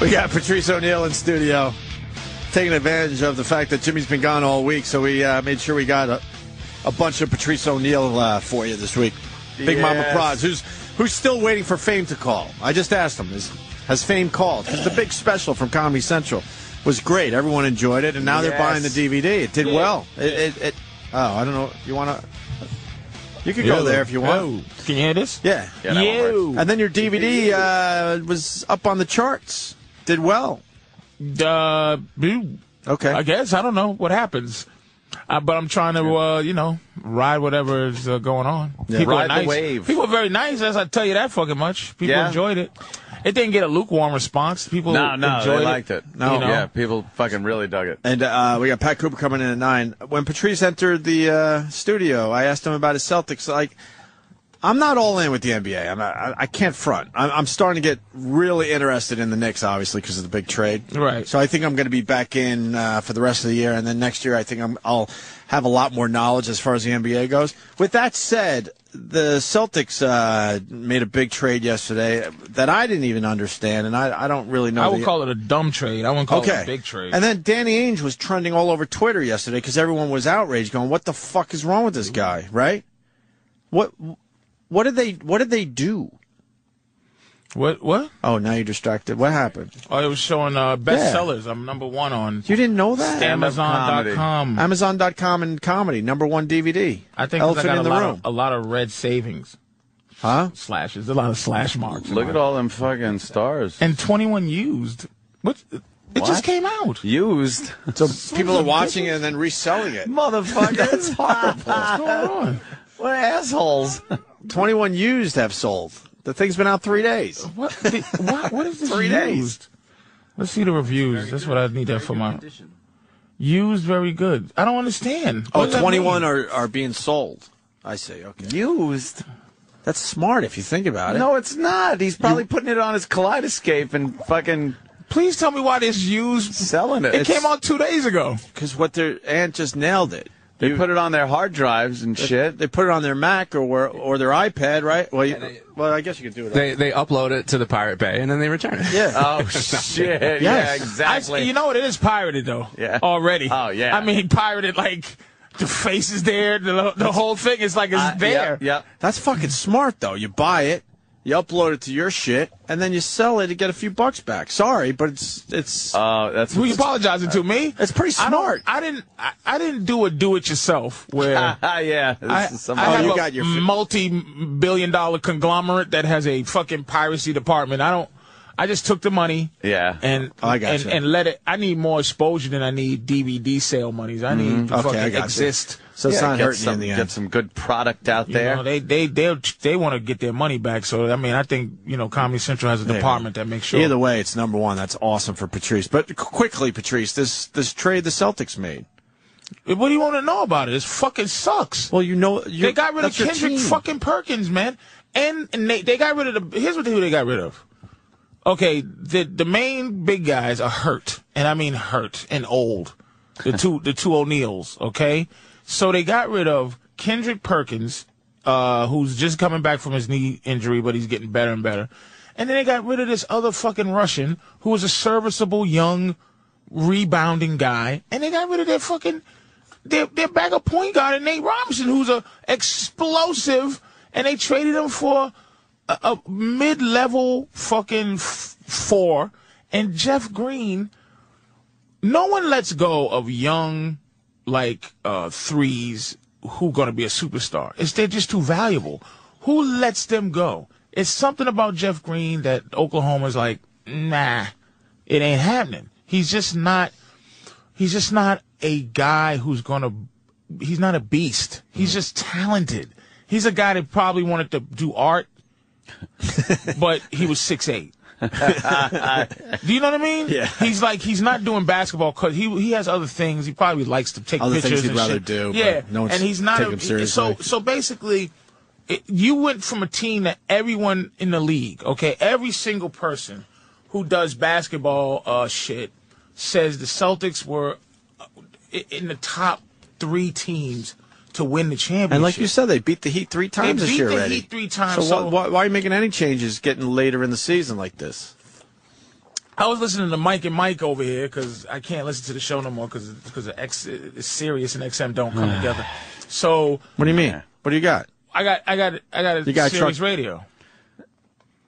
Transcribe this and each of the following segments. we got Patrice O'Neill in studio, taking advantage of the fact that Jimmy's been gone all week, so we uh, made sure we got a, a bunch of Patrice O'Neill uh, for you this week. Big Mama Yes. Prods, who's who's still waiting for Fame to call. I just asked him, is, has Fame called? Because the big special from Comedy Central was great. Everyone enjoyed it, and now they're Yes. buying the DVD. It did well. It, it, it, oh, I don't know. You want to? You could go there if you want. Can you hear this? Yeah. Yeah, that one works. And then your DVD uh, was up on the charts. Did well. Uh, boo. Okay. I guess I don't know what happens, uh, but I'm trying to, uh, you know, ride whatever is uh, going on. People Ride the are nice. wave. People are very nice. As I tell you that fucking much. People Yeah. enjoyed it. It didn't get a lukewarm response. People No, no, enjoyed they liked it. No, you know? yeah, people fucking really dug it. And uh, we got Pat Cooper coming in at nine. When Patrice entered the uh, studio, I asked him about his Celtics. Like, I'm not all in with the NBA. I'm not, I, I can't front. I'm, I'm starting to get really interested in the Knicks, obviously, because of the big trade. Right. So I think I'm going to be back in uh, for the rest of the year, and then next year I think I'm, I'll have a lot more knowledge as far as the NBA goes. With that said, the Celtics uh, made a big trade yesterday that I didn't even understand, and I, I don't really know. I would the- call it a dumb trade. I wouldn't call Okay. it a Oh, big trade. And then Danny Ainge was trending all over Twitter yesterday because everyone was outraged, going, "What the fuck is wrong with this guy?" Right? What? What did they? What did they do? what? What? Oh, now you're distracted. What happened? Oh, it was showing uh, Yeah. bestsellers. I'm number one on You didn't know that? Amazon.com. Amazon.com and comedy number one DVD. I think 'cause I Elephant got in a the lot Room. Of, a lot of red savings huh? slashes. A lot of slash marks. Look at all them fucking stars. and 21 used. What? It just came out. Used. So people are watching it and then reselling it. Motherfucker, that's horrible. Uh-huh. Hold on. what assholes. Twenty-one used have sold. The thing's been out three days. What? The, what, what is this Three used? days. Let's see the reviews. That's what I need that for my. Used very good. I don't understand. What Oh, does that 21 mean? are, are being sold. I see. Okay. Used? That's smart if you think about it. No, it's not. He's probably putting it on his kaleidoscape and fucking Please tell me why this used. selling it. It came out two days ago. Because what their aunt just nailed it. They put it on their hard drives and shit. They put it on their Mac or where- or their iPad, right? Well, you, well, I guess you could do it. They they upload it to the Pirate Bay and then they return it. yeah. Oh shit! Yeah, Yes. exactly. I, you know what? It is pirated though. Yeah. Already. Oh, yeah. I mean, pirated like the face is there. The, the whole thing is like it's Uh, there. Yep. yep. That's fucking smart though. You buy it, you upload it to your shit, and then you sell it to get a few bucks back. Sorry, but it's it's Oh, that's Who you apologizing to me? it's pretty I don't- smart. I, didn't. I, I didn't do a do-it-yourself where Ah, yeah. This I, is I somebody- have you a got your fi- multi-billion-dollar conglomerate that has a fucking piracy department. I don't. I just took the money. Yeah. And Oh, I gotcha. and, and let it. I need more exposure than I need DVD sale monies. I need to Mm-hmm. okay. fucking I got exist. You. So it's Yeah, not get hurting some, you in the Get end. some good product out You there. know, they they they they want to get their money back. So I mean, I think you know, Comedy Central has a department that makes sure. Either way, it's number one. That's awesome for Patrice. But qu- quickly, Patrice, this this trade the Celtics made. What do you want to know about it? It fucking sucks. Well, you know, you're, They got rid of that's your Kendrick team. fucking Perkins, man. And, and they, they got rid of the. Here's what they, who they got rid of. Okay, the the main big guys are hurt, and I mean hurt and old. The two the two O'Neills, okay. So they got rid of Kendrick Perkins, uh, who's just coming back from his knee injury, but he's getting better and better. And then they got rid of this other fucking Russian who was a serviceable young rebounding guy, and they got rid of their fucking their their backup point guard, and Nate Robinson, who's a explosive, and they traded him for a, a mid level fucking f- four, and Jeff Green. No one lets go of young, like uh, threes who gonna be a superstar. It's they're just too valuable. Who lets them go? It's something about Jeff Green that Oklahoma's like, nah, it ain't happening. He's just not he's just not a guy who's gonna he's not a beast he's just talented he's a guy that probably wanted to do art but he was six eight do you know what I mean? Yeah. He's like he's not doing basketball because he he has other things. He probably likes to take Other things pictures he'd and rather shit. do, but Yeah, no one's and he's not taking a- him seriously. So so basically, it, you went from a team that everyone in the league, okay, every single person who does basketball uh, shit says the Celtics were uh, i- in the top three teams to win the championship. And like you said, they beat the Heat three times beat this year the already. Heat three times, So, why- so- why, why are you making any changes getting later in the season like this? I was listening to Mike and Mike over here because I can't listen to the show no more because because X uh, Sirius and XM don't come together. So What do you mean? What do you got? I got I got I got a You got Sirius truck- radio.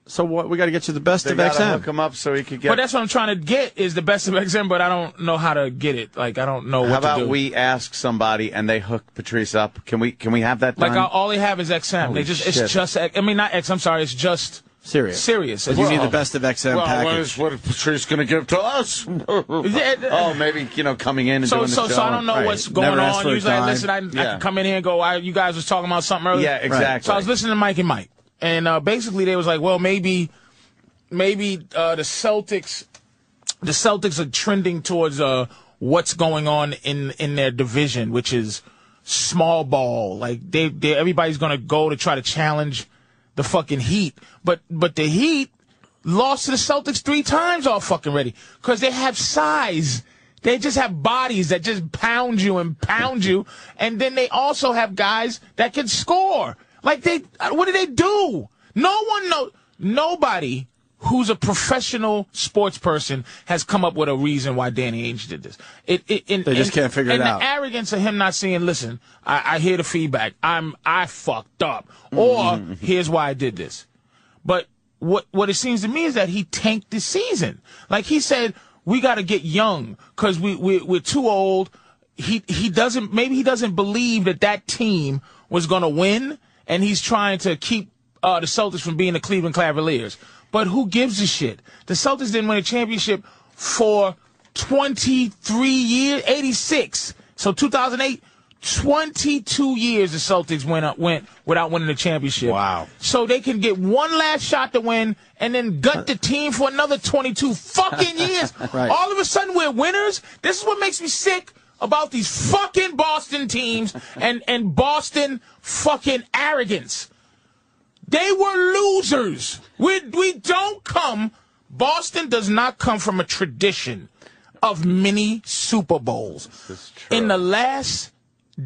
So what? We got to get you the best They of gotta hook XM. him up so he could get. But that's what I'm trying to get is the best of XM, but I don't know how to get it. Like I don't know what How to about do. we ask somebody and they hook Patrice up? Can we can we have that done? like uh, I, all they have is XM. they just shit. it's just X- I mean not X. I'm sorry, it's just Serious. Sirius. But you need the best of XM package. what is Patrice going to give to us? oh, maybe you know coming Oh, in and uh, So doing the so show. so I don't know Right. what's going Never asked on. for a Usually I dime. listen. I, I Yeah. can come in here and go. I, you guys was talking about something earlier. Yeah, exactly. So I was listening to Mike and Mike, and uh, basically they was like, well, maybe, maybe uh, the Celtics, the Celtics are trending towards uh, what's going on in in their division, which is small ball. Like they, they everybody's gonna go to try to challenge the fucking Heat, but but the Heat lost to the Celtics three times all fucking ready because they have size. They just have bodies that just pound you and pound you, and then they also have guys that can score. Like they, uh, what do they do? No one know. Nobody who's a professional sports person has come up with a reason why Danny Ainge did this. It, it and, They just and- can't figure it and the out. arrogance of him not saying, "Listen, I, I hear the feedback. I'm I fucked up," or "Here's why I did this." But what what it seems to me is that he tanked the season. Like he said, we got to get young because we, we we're too old. He he doesn't maybe he doesn't believe that that team was gonna win, and he's trying to keep uh, the Celtics from being the Cleveland Cavaliers. But who gives a shit? The Celtics didn't win a championship for 23 years, 86. So 2008, 22 years the Celtics went up, went without winning a championship. Wow. So they can get one last shot to win and then gut the team for another 22 fucking years. Right. All of a sudden we're winners. This is what makes me sick about these fucking Boston teams and, and Boston fucking arrogance. They were losers. We, we don't come, Boston does not come from a tradition of many Super Bowls. In the last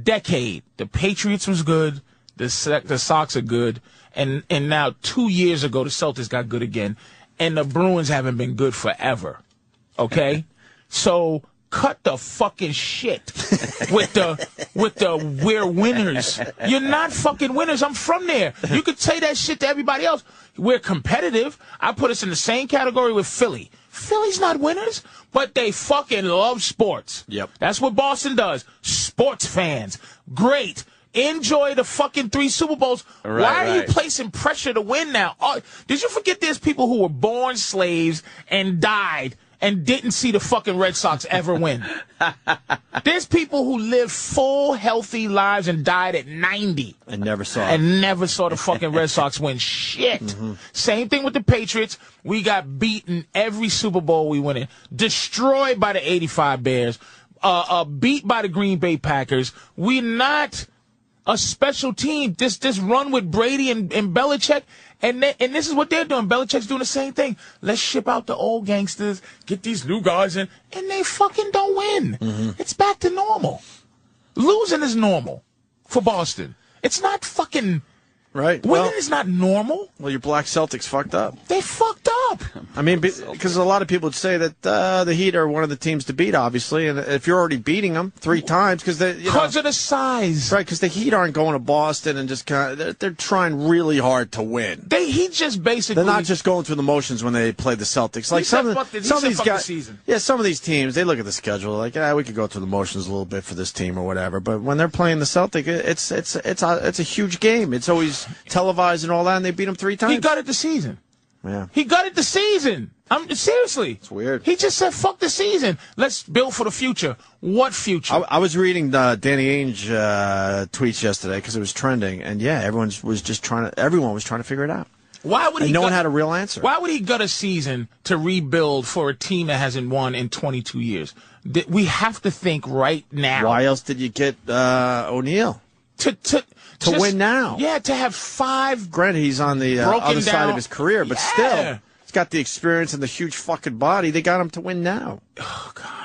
decade, the Patriots was good, the Se- the Sox are good, and and now two years ago the Celtics got good again, and the Bruins haven't been good forever. Okay, so cut the fucking shit with the with the we're winners. You're not fucking winners. I'm from there. You could say that shit to everybody else. We're competitive. I put us in the same category with Philly. Philly's not winners, but they fucking love sports. Yep. That's what Boston does. Sports fans. Great. Enjoy the fucking three Super Bowls. Why are you right. placing pressure to win now? Oh, did you forget there's people who were born slaves and died and didn't see the fucking Red Sox ever win? there's people who lived full, healthy lives and died at 90 I never saw it. and never saw the fucking Red Sox win shit. Same thing with the Patriots. We got beaten every Super Bowl we went in, destroyed by the '85 Bears, uh, uh, beat by the Green Bay Packers. We not a special team. This this run with Brady and, and Belichick, and they, and this is what they're doing. Belichick's doing the same thing. Let's ship out the old gangsters, get these new guys in, and they fucking don't win. It's back to normal. Losing is normal for Boston. It's not fucking Right. winning Well, is not normal. well, your black Celtics fucked up. They fucked up. I mean, because a lot of people would say that uh, the Heat are one of the teams to beat, obviously, and if you're already beating them three times, because they, you know, Because of the size. right? Because the Heat aren't going to Boston and just kind of they're, they're trying really hard to win. They he just basically They're not just going through the motions when they play the Celtics. Like some, He said of the- fuck the- he some of said these fuck the guys, season. yeah, some of these teams they look at the schedule like, ah, we could go through the motions a little bit for this team or whatever. But when they're playing the Celtic, it- it's it's it's a it's a huge game. It's always televised and all that, and they beat them three times. he gutted the season. yeah, He gutted the season. I'm seriously. It's weird. He just said fuck the season. Let's build for the future. What future? I, I was reading uh, Danny Ainge uh, tweets yesterday because it was trending, and yeah, everyone was just trying to everyone was trying to figure it out, Why would he? and no gut- one had a real answer. Why would he gut a season to rebuild for a team that hasn't won in 22 years? Th- We have to think right now. Why else did you get uh, O'Neal? to to to win now. Yeah, to have five Granted, he's on the uh, Broken other side down. of his career, but Yeah. still, he's got the experience and the huge fucking body. They got him to win now.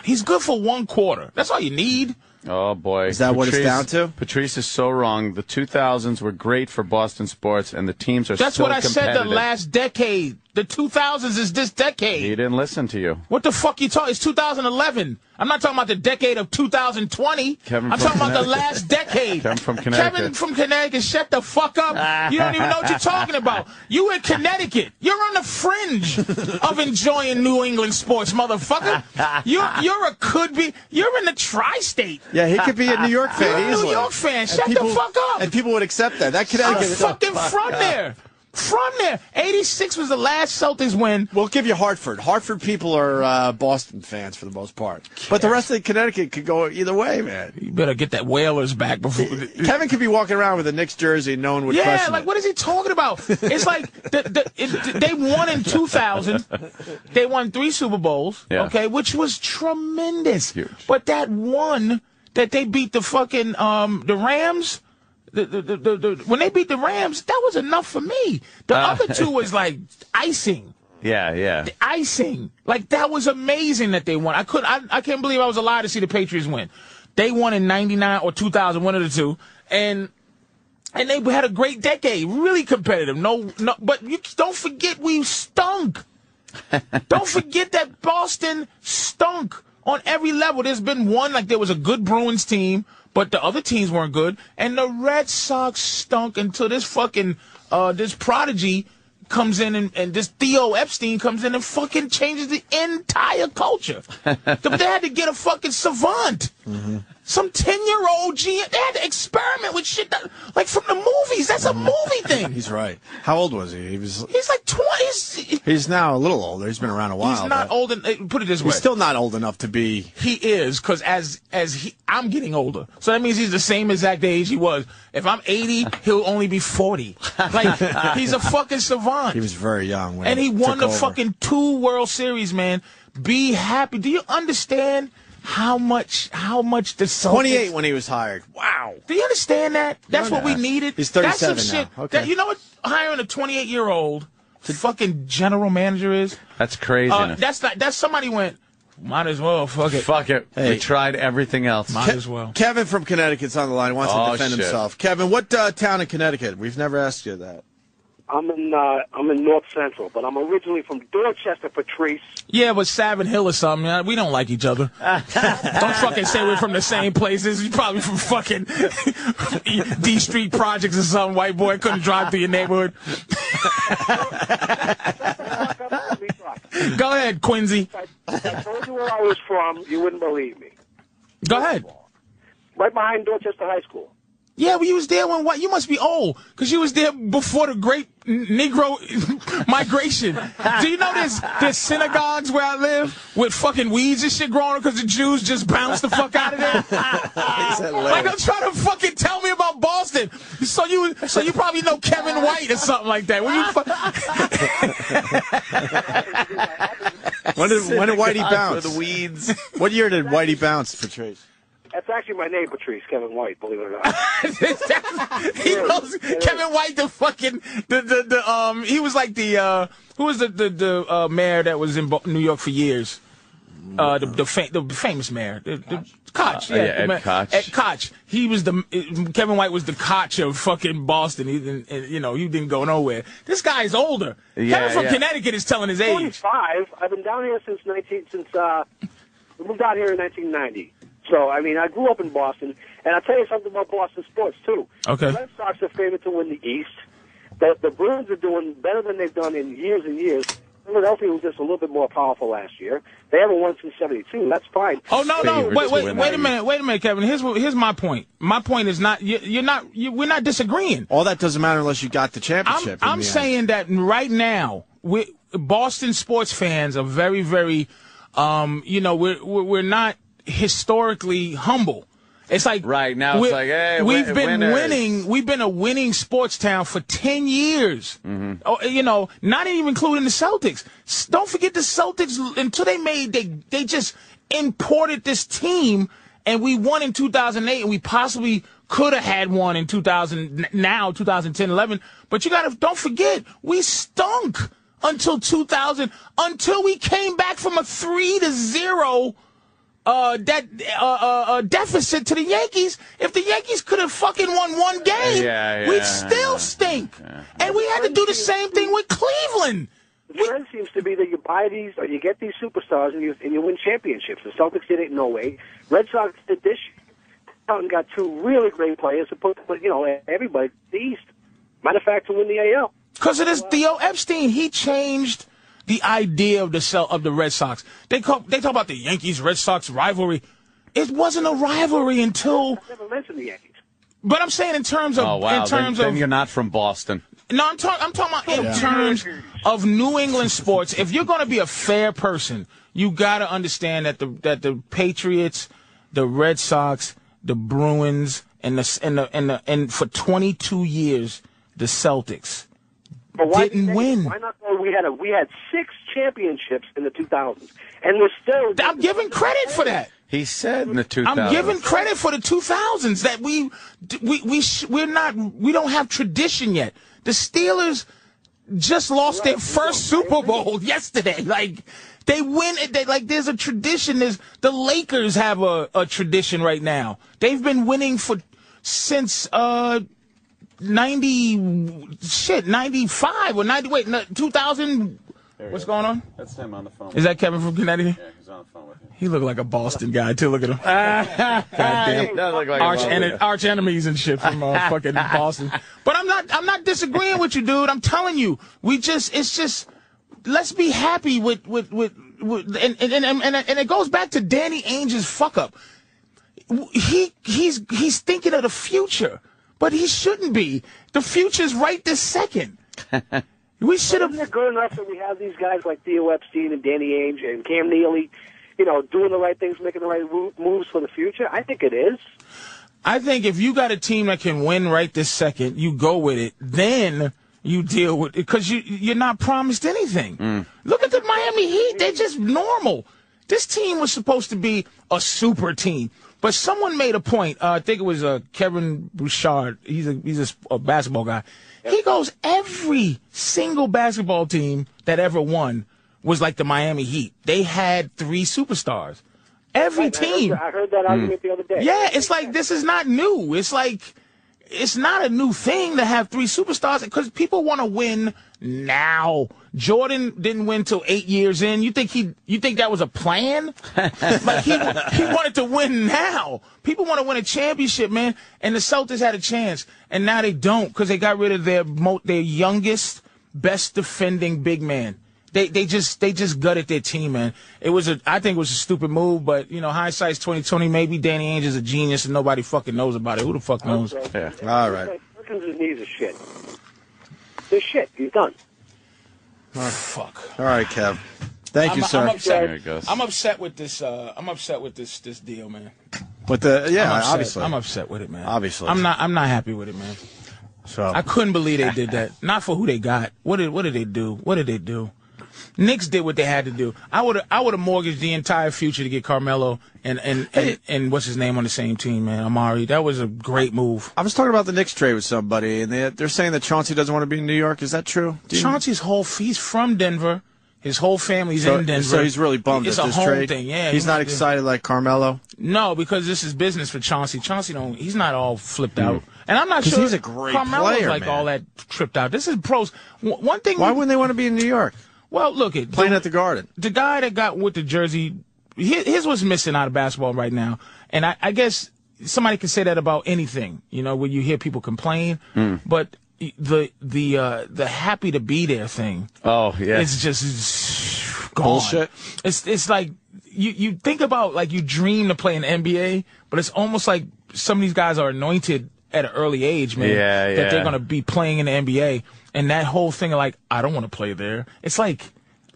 He's good for one quarter. That's all you need. Oh boy, Is that what it's down to? Patrice is so wrong. The 2000s were great for Boston sports, and the teams are. That's still what I said the competitive. last decade. The 2000s is this decade. He didn't listen to you. What the fuck you talking? It's 2011. I'm not talking about the decade of 2020. Kevin I'm from talking about the Connecticut. last decade. Kevin from Kevin Connecticut. from Connecticut, shut the fuck up. You don't even know what you're talking about. You in Connecticut. You're on the fringe of enjoying New England sports, motherfucker. You're, you're a could be. You're in the tri-state. Yeah, he could be a New York You're fan a easily. New York fan. Shut people, the fuck up. And people would accept that. That I'm Connecticut. fucking from there. From there. 86 was the last Celtics win. We'll give you Hartford. Hartford people are uh, Boston fans for the most part, but the rest of Connecticut could go either way, man. You better get that Whalers back before. Kevin could be walking around with a Knicks jersey, and no one would Yeah, question like it. what is he talking about? It's like the, the, it, they won in 2000. They won three Super Bowls, Yeah. okay, which was tremendous. Huge. But that one that they beat the fucking um the Rams. The, the, the, the, the- when they beat the Rams, that was enough for me. The Uh, other two was like icing, Yeah, yeah. icing. Like that was amazing that they won. I couldn't, I, I can't believe I was allowed to see the Patriots win. They won in '99 or 2000, one of the two, and and they had a great decade, really competitive. No, no, but you don't forget we stunk. don't forget that Boston stunk on every level. There's been one like there was a good Bruins team, but the other teams weren't good, and the Red Sox stunk until this fucking uh this prodigy comes in and, and this Theo Epstein comes in and fucking changes the entire culture. they had to get a fucking savant. Mm-hmm. Some 10 year old GM. They had to experiment with shit that, like from the movies. That's a movie thing. Mm-hmm. He's right. How old was he? He was. He's like 20. He's, he's He's now a little older. He's been around a while. not but old. And, put it this way. He's still not old enough to be. he is because as as he i'm getting older so that means he's the same exact age he was if i'm 80 he'll only be 40 like he's a fucking savant He was very young when and he won took the over. fucking two World Series, man. Be happy. Do you understand how much how much the Celtics? 28 when he was hired. Wow. Do you understand that? That's what we needed. He's That's some 37 now. shit. Okay. That, you know what? Hiring a 28 year old to fucking general manager is. That's crazy. Uh, that's not. That's somebody went. Might as well. Fuck it. Fuck it. Hey. We tried everything else. Might as well. Kevin from Connecticut's on the line. Wants Oh, to defend shit. himself. Kevin, what uh, town in Connecticut? We've never asked you that. I'm in uh, I'm in North Central, but I'm originally from Dorchester, Patrice. Yeah, but Savin Hill or something. man, We don't like each other. don't fucking say we're from the same places. You're probably from fucking D Street Projects or something. White boy couldn't drive through your neighborhood. Go ahead, Quincy. I, I told you where I was from. You wouldn't believe me. Go ahead. Right behind Dorchester High School. Yeah, well, you was there when what? You must be old, cause you was there before the Great N- Negro Migration. Do you know there's there's synagogues where I live with fucking weeds and shit growing, cause the Jews just bounced the fuck out of there. like don't try to fucking tell me about Boston. So you so you probably know Kevin White or something like that. Were you fu- When did, when did Whitey Synagogue bounce? with weeds. What year did Whitey bounce, Patrice? That's actually my name, Patrice Kevin White. Believe it or not. he knows Kevin White, the fucking the, the the um he was like the uh who was the the, the uh, mayor that was in Bo- New York for years. Uh, the the, fa- the famous mayor, the, the Koch, Uh, yeah, yeah, the Ed mayor- Koch. Ed Koch. He was the uh, Kevin White was the Koch of fucking Boston. He didn't, and, you know, he didn't go nowhere. This guy's older. Yeah, Kevin from yeah. Connecticut is telling his age. 45. I've been down here since 19 since uh, we moved out here in 1990. So I mean, I grew up in Boston, and I'll tell you something about Boston sports too. Okay. The Red Sox are favored to win the East. The, the Bruins are doing better than they've done in years and years. Philadelphia was just a little bit more powerful last year. They haven't won since '72. That's fine. Oh no no Favorite wait to wait win wait that a minute wait a minute Kevin. Here's what here's my point. My point is not you, you're not you, we're not disagreeing. All that doesn't matter unless you got the I'm, championship. in I'm the end. saying that right now, we Boston sports fans are very, very, um, you know, we're we're we're not historically humble. It's like Right, now it's we're- like, hey, we've win- been winners. winning. We've been a winning sports town for ten years. Mm-hmm. Oh, you know, not even including the Celtics. S- Don't forget the Celtics until they made they they just imported this team and we won in 2008 and we possibly could have had one in 2000 n- now 2010 11 but you gotta don't forget we stunk until 2000 until we came back from a 3 to 0 uh, that uh, uh, uh, deficit to the Yankees. If the Yankees could have fucking won one game, Yeah, yeah, we'd still yeah. stink. And we had to do the same thing with Cleveland. The trend seems to be that you buy these or you get these superstars and you and you win championships. The Celtics did it in 08. Red Sox did this. year. Mountain got two really great players to put, but you know everybody the East. Matter of fact, to win the AL. Because of this Theo Epstein, he changed the idea of the cell of the Red Sox. They call, they talk about the Yankees Red Sox rivalry. It wasn't a rivalry until, I never mentioned the Yankees. but I'm saying in terms of Oh wow! in terms then, then of you're not from Boston. No, I'm talking. I'm talking about in terms of New England sports. If you're going to be a fair person, you got to understand that the that the Patriots, the Red Sox, the Bruins, and the and the and, the, and for 22 years the Celtics. But why Didn't they- win. Why not? Go, we had a we had six championships in the 2000s, and we're still. I'm giving credit for that. He said in the 2000s. I'm giving credit for the 2000s that we we we sh- we're not we don't have tradition yet. The Steelers just lost their first Super Bowl yesterday. Like they win it. They, like there's a tradition. There's the Lakers have a, a tradition right now. They've been winning for since uh 90 shit 95 or 90 wait no, 2000. What's going on? That's him on the phone. Is that Kevin from Connecticut? yeah, he's on the phone with you. He looked like a Boston guy too. Look at him. Goddamn That looked like a arch lot of and it. arch enemies and shit from uh, fucking Boston. But I'm not I'm not disagreeing with you, dude. I'm telling you, we just it's just let's be happy with with with, with and, and and and and it goes back to Danny Ainge's fuck up. He he's he's thinking of the future, but he shouldn't be. The future's right this second. We should Isn't have. it good enough that we have these guys like Theo Epstein and Danny Ainge and Cam Neely, you know, doing the right things, making the right wo- moves for the future? I think it is. I think if you got a team that can win right this second, you go with it. Then you deal with it because you you're not promised anything. Look at the Miami Heat; they're just normal. This team was supposed to be a super team, but someone made a point. Uh, I think it was uh, Kevin Bouchard. He's a he's a, s- a basketball guy. He goes every single basketball team that ever won was like the Miami Heat. They had three superstars. Every I heard- team. I heard that argument the other day. Yeah, it's like this is not new. It's like it's not a new thing to have three superstars because people want to win now. Jordan didn't win till eight years in. You think he? You think that was a plan? like he he wanted to win now. People want to win a championship, man. And the Celtics had a chance, and now they don't because they got rid of their mo- their youngest, best defending big man. They they just they just gutted their team, man. It was a I think it was a stupid move, but you know hindsight's twenty twenty. Maybe Danny Ainge is a genius and nobody fucking knows about it. Who the fuck knows? All right. Perkins' knees are shit. They're shit. He's done. Fuck. All right, Kev. Thank you, I'm, sir. I'm upset. There it goes. I'm upset with this. Uh, I'm upset with this this deal, man. With the yeah, I'm upset. obviously. I'm upset with it, man. Obviously. I'm not. I'm not happy with it, man. so I couldn't believe they did that. Not for who they got. What did What did they do? What did they do? Knicks did what they had to do. I would I would have mortgaged the entire future to get Carmelo and and, and and what's his name on the same team, man. Amari. That was a great move. I was talking about the Knicks trade with somebody, and they, they're saying that Chauncey doesn't want to be in New York. Is that true? Do you- Chauncey's whole he's from Denver. His whole family's so, in Denver. so he's really bummed it's at a this home trade. thing. Yeah, he's he not wants to- excited like Carmelo No, because this is business for Chauncey. Chauncey don't. He's not all flipped out, and I'm not Mm. 'Cause sure he's a great Carmelo's player, like man. all that tripped out. This is pros. W- one thing. Why wouldn't they want to be in New York well, look at playing at the Garden? the guy that got with the jersey, here, here's what's missing out of basketball right now. And I, I guess somebody can say that about anything, you know, when you hear people complain, Mm. but the, the, uh, the happy to be there thing Oh yeah. it's just gone. Bullshit. It's, it's like you, you think about like you dream to play in NBA, but it's almost like some of these guys are anointed at an early age, man. Yeah, That they're yeah. going to be playing in the NBA. And that whole thing of like, I don't want to play there. It's like,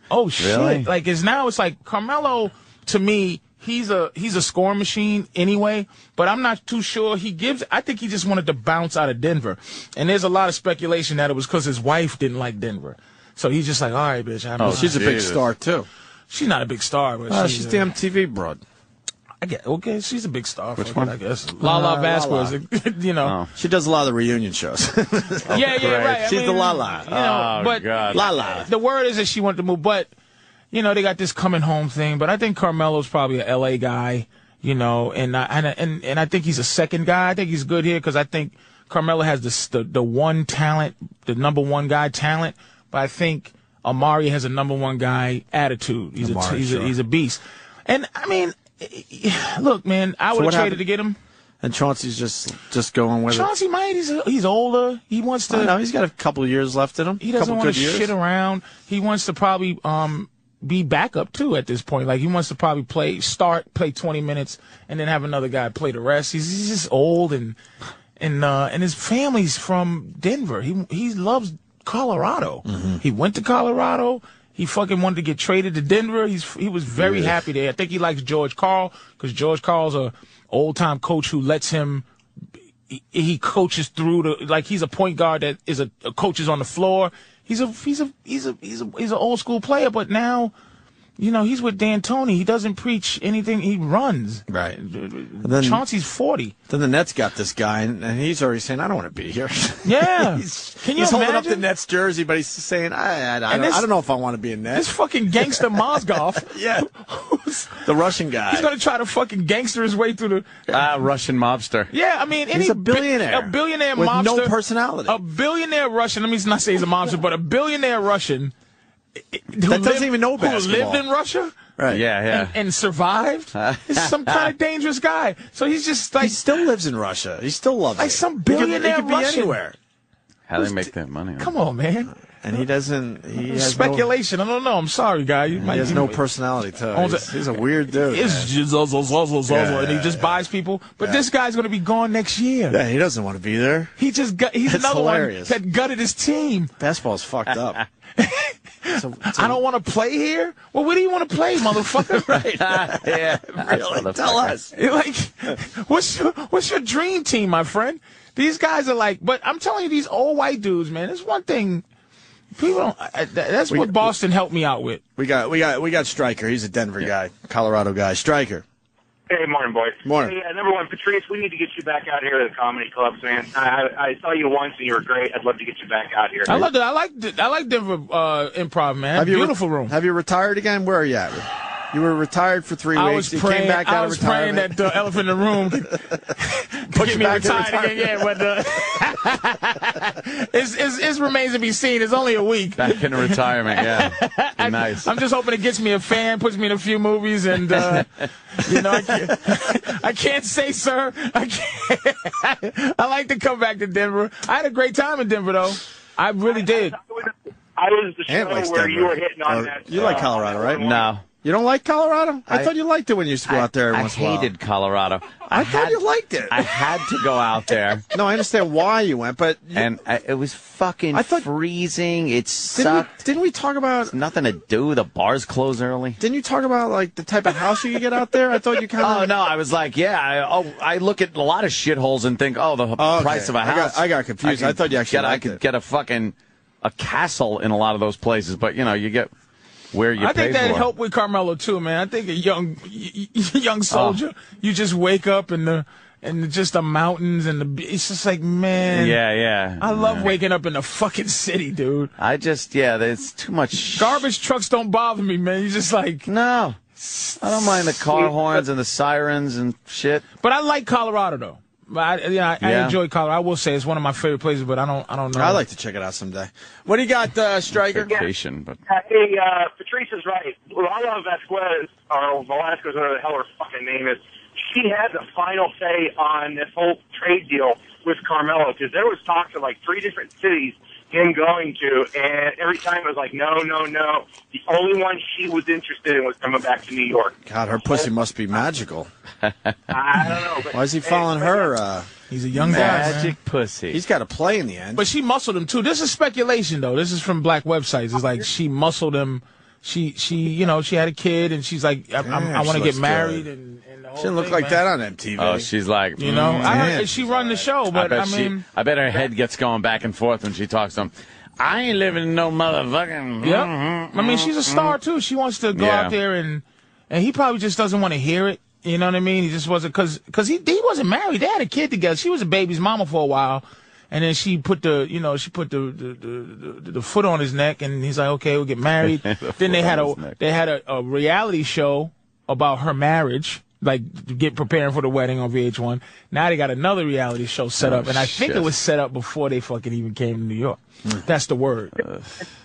oh Really? shit. Like it's now it's like Carmelo to me, he's a he's a score machine anyway, but I'm not too sure he gives I think he just wanted to bounce out of Denver. And there's a lot of speculation that it was cuz his wife didn't like Denver. So he's just like, all right, bitch. I'm Oh, not- She's a big Jesus. star too. she's not a big star, but Uh, she's, she's a- the MTV broad. I get, okay, she's a big star. Which one? I guess. Lala Uh, Vasquez, you know. She does a lot of the reunion shows. yeah, yeah, right. I Oh, She's the mean, Lala. You know, Oh, but God. Lala. the word is that she wanted to move, but you know, they got this coming home thing, but I think Carmelo's probably a LA guy, you know, and I, and, and and I think he's a second guy. I think he's good here because I think Carmelo has this, the the one talent, the number one guy talent, but I think Amari has a number one guy attitude. He's a Amari, he's, sure. a he's a beast, and I mean, look, man, I would what have traded happened- to get him. And Chauncey's just just going with Chauncey might. He's he's older. He wants it. I to. know he's got a couple years left in him. He doesn't couple want to good years. shit around. He wants to probably um be backup too at this point. Like he wants to probably play start, play twenty minutes, and then have another guy play the rest. He's, he's just old and and uh and his family's from Denver. He he loves Colorado. Mm-hmm. He went to Colorado. He fucking wanted to get traded to Denver. He's he was very happy there. I think he likes George Carl because George Carl's a old time coach who lets him he- he coaches through the like he's a point guard that is a, a coaches on the floor. He's a he's a he's a he's a he's an old school player, but now, you know, he's with Dan Tony. He doesn't preach anything. He runs. Right. then- Chauncey's forty. Then the Nets got this guy, and, and he's already saying, "I don't want to be here." Yeah. he's Can you he's holding up the imagine? Nets jersey, but he's saying, "I, I, I, don't, this- I don't know if I want to be a Net." This fucking gangster Mozgov. yeah, who's- the Russian guy. He's gonna try to fucking gangster his way through the. Ah, Russian mobster. Yeah, I mean, any He's a bi- billionaire a billionaire with no mobster- personality. a billionaire Russian. Let me not say he's a mobster, but a billionaire Russian eh, who doesn't lived- even know who lived basketball. in Russia. right? Yeah, yeah. and, and survived. This is some kind of dangerous guy. So he's just like He still lives in Russia. He still loves Like it. some He could- billionaire He could be Russian. anywhere, How they make that money? Come on, man. and he doesn't. He has no, Speculation. I don't know. I'm sorry, guy. You he might has you- no personality. Too. Owns He's, a- he's a weird dude. It's just zuzzle, zuzzle, zuzzle, Yeah, and he just buys people. But this guy's going to be gone next year. yeah, he doesn't want to be there. He just gut. He's That's another hilarious. one that gutted his team. Basketball's fucked up. It's a- it's a- I don't want to play here. Well, where do you want to play, motherfucker? right. yeah, really tell us. You're like, what's your, what's your dream team, my friend? These guys are like, but I'm telling you, these old white dudes, man. It's one thing. People don't. I, I- that's what Boston helped me out with. We got we got we got Stryker. He's a Denver guy, Colorado guy. Stryker. Hey, morning, boys. Morning. Hey, uh, number one, Patrice, we need to get you back out here to the comedy clubs, man. I, I, I saw you once and you were great. I'd love to get you back out here. I love that. I like. the- I like Denver uh, improv, man. you re- Beautiful room. Have you retired again? Where are you at? You were retired for three I was weeks. You praying. came back out I of was praying retirement. that the elephant in the room could Put get you me back in retired again. Yeah, but uh, it's, it's, it remains to be seen. It's only a week. Back into retirement, yeah. Be nice. I'm just hoping it gets me a fan, puts me in a few movies, and uh, you know, I can't, I can't say, sir. I, can't, I like to come back to Denver. I had a great time in Denver, though. I really did. I was the show Ant likes where Denver. you were hitting on Or- that. you like uh, Colorado, right? no. You don't like Colorado? I, I- thought you liked it when you used to go out there every I once in a while. hated Colorado. I, thought had- you liked it. I had to go out there, no, I understand why you went, but you- and I, it was fucking I thought- freezing. didn't, It we, sucked. didn't we talk about? Nothing to do. The bars close early. Didn't you talk about like the type of house you could get out there? I thought you kind of. Oh no! I was like, yeah. I, oh, I look at a lot of shitholes and think, oh, the okay. price of a I got- house. I got confused. could I thought you actually get, I liked could it. get a fucking a castle in a lot of those places, but you know, you get where you. I think pay that for. helped with Carmelo too, man. I think a young, y- y- Ah. young soldier, you just wake up and the and just the mountains and the. be- It's just like, man. Yeah, yeah. I love Yeah. waking up in the fucking city, dude. I just yeah. There's too much Garbage trucks don't bother me, man. You just like No. I don't mind the car horns and the sirens and shit. But I like Colorado though. But I, yeah, I, I Yeah. enjoy Colorado. I will say it's one of my favorite places, but I don't, I don't know. I like to check it out someday. What do you got, uh, Striker? Vacation, but Hey, uh, Patrice is right. Lala Vasquez, or Velasquez, whatever the hell her fucking name is, she had the final say on this whole trade deal with Carmelo because there was talks of like three different cities him going to, and every time it was like, no, no, no. The only one she was interested in was coming back to New York. God, her pussy must be magical. I don't know. But, Why is he hey, following but- her? Uh, He's a young guy, man. magic pussy. he's got to play in the end. but she muscled him too. This is speculation though. This is from black websites. It's like she muscled him. She, she, you know, she had a kid, and she's like, I, I'm, Damn, I want she to get looks married, good. and, and the whole she didn't look thing, like man. that Mm. on MTV. oh, she's like, mm, You know, I heard Yeah, that she run the show, I but I, bet mean, she, I bet her head gets going back and forth when she talks to him. I ain't living in no motherfucking. mm. Mm-hmm. yep. I mean, she's a star too. She wants to go Mm-hmm. Yeah. out there, and and he probably just doesn't want to hear it. You know what I mean? He just wasn't because because he he wasn't married. They had a kid together. She was a baby's mama for a while, And then she put the, you know, she put the the, the, the, the foot on his neck, and he's like, okay, we'll get married. then they foot had on his a neck. they had a, a reality show about her marriage, like to get preparing for the wedding on VH1. Now they got another reality show set up, and I think Oh, it shit. Hmm. was set up before they fucking even came to New York. That's the word.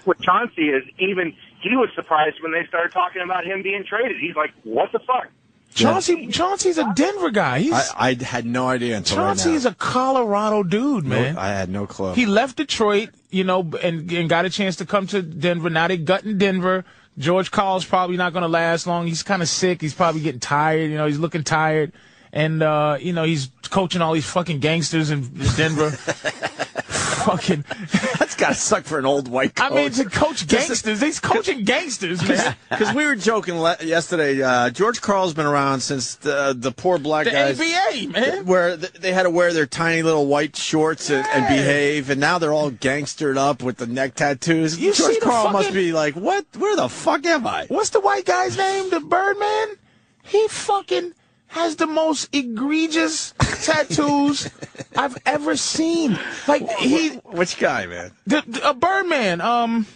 What Chauncey is, even he was surprised when they started talking about him being traded. He's like, what the fuck? Chauncey Chauncey's a Denver guy. He's I, I had no idea until Chauncey right is a Colorado dude, now. man. I had no clue. He left Detroit, you know, and, and got a chance to come to Denver. Now they gutting Denver. George Carl's probably not going to last long. He's kind of sick. He's probably getting tired. You know, he's looking tired. And, uh, you know, he's coaching all these fucking gangsters in Denver. fucking. That's got to suck for an old white coach. I mean, to coach gangsters. He's coaching gangsters, man. Because we were joking le- yesterday. Uh, George Carl's been around since the, the poor black The guys. ABA, man. Where th- they had to wear their tiny little white shorts and, and behave, and now they're all gangstered up with the neck tattoos. You George see the Carl must fucking- be like, what? Where the fuck am I? What's the white guy's name? The Birdman? He fucking has the most egregious tattoos I've ever seen. Like, he. Which guy, man? The, the, a Birdman, um,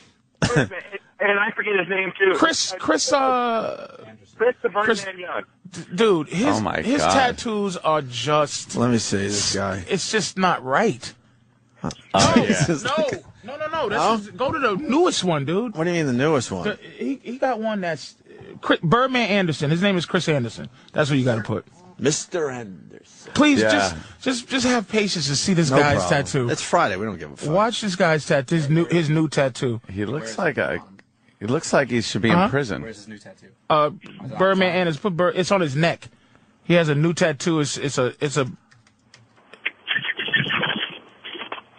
and I forget his name too. Chris, Chris, uh, Chris the Birdman Chris- Young. dude, his Oh, my his God. tattoos are just, Let me see this guy. it's just not right. no, no, no, no, no. That's is- go to the newest one, dude. What do you mean the newest one? He he got one that's uh, Chris, Birdman Anderson. His name is Chris Anderson. That's what you got to put. Mr. Anderson. Please Yeah. just just just have patience to see this No guy's problem. tattoo. It's Friday. We don't give a fuck. Watch this guy's tattoo. His new his new tattoo. He looks like a. He looks like he should be Huh? in prison. his new tattoo? Uh, Birdman Anderson. Put Bir- it's on his neck. He has a new tattoo. It's it's a it's a.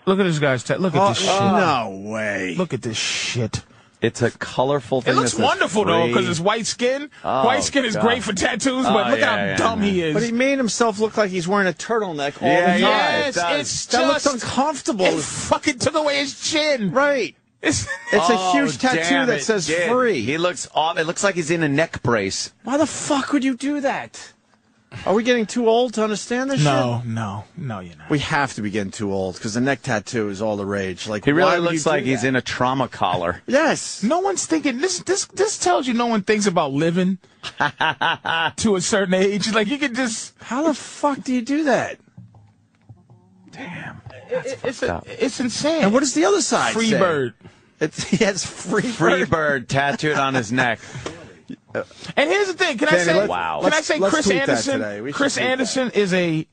Look at this guy's tattoo. Look at this shit. Oh. no way. Look at this shit. It's a colorful It thing. looks that says wonderful though, free. because it's white skin. Oh, white skin is God. great for tattoos, but Oh, look yeah, how yeah, dumb he is. But he made himself look like he's wearing a turtleneck all Yeah, the time. yeah, it yes, does. it's That just looks uncomfortable. it fucking took away his chin. right. It's, It's Oh, a huge tattoo damn that it, says dude. free. He looks off. It looks like he's in a neck brace. Why the fuck would you do that? Are we getting too old to understand this shit? no, no, no, you're not. We have to be getting too old because the neck tattoo is all the rage. Like He why really would you looks do like he's that? in a trauma collar. Yes. No one's thinking this. This this tells you no one thinks about living to a certain age. Like you could just How the fuck do you do that? it- it's up. it's insane. And what does the other side free say? bird? It's, he has free, Free bird. bird tattooed on his neck. And here's the thing. Can I Danny, say? let's- Wow. Can I let's- say let's Chris tweet that today. Anderson? We should Chris tweet that. Anderson is a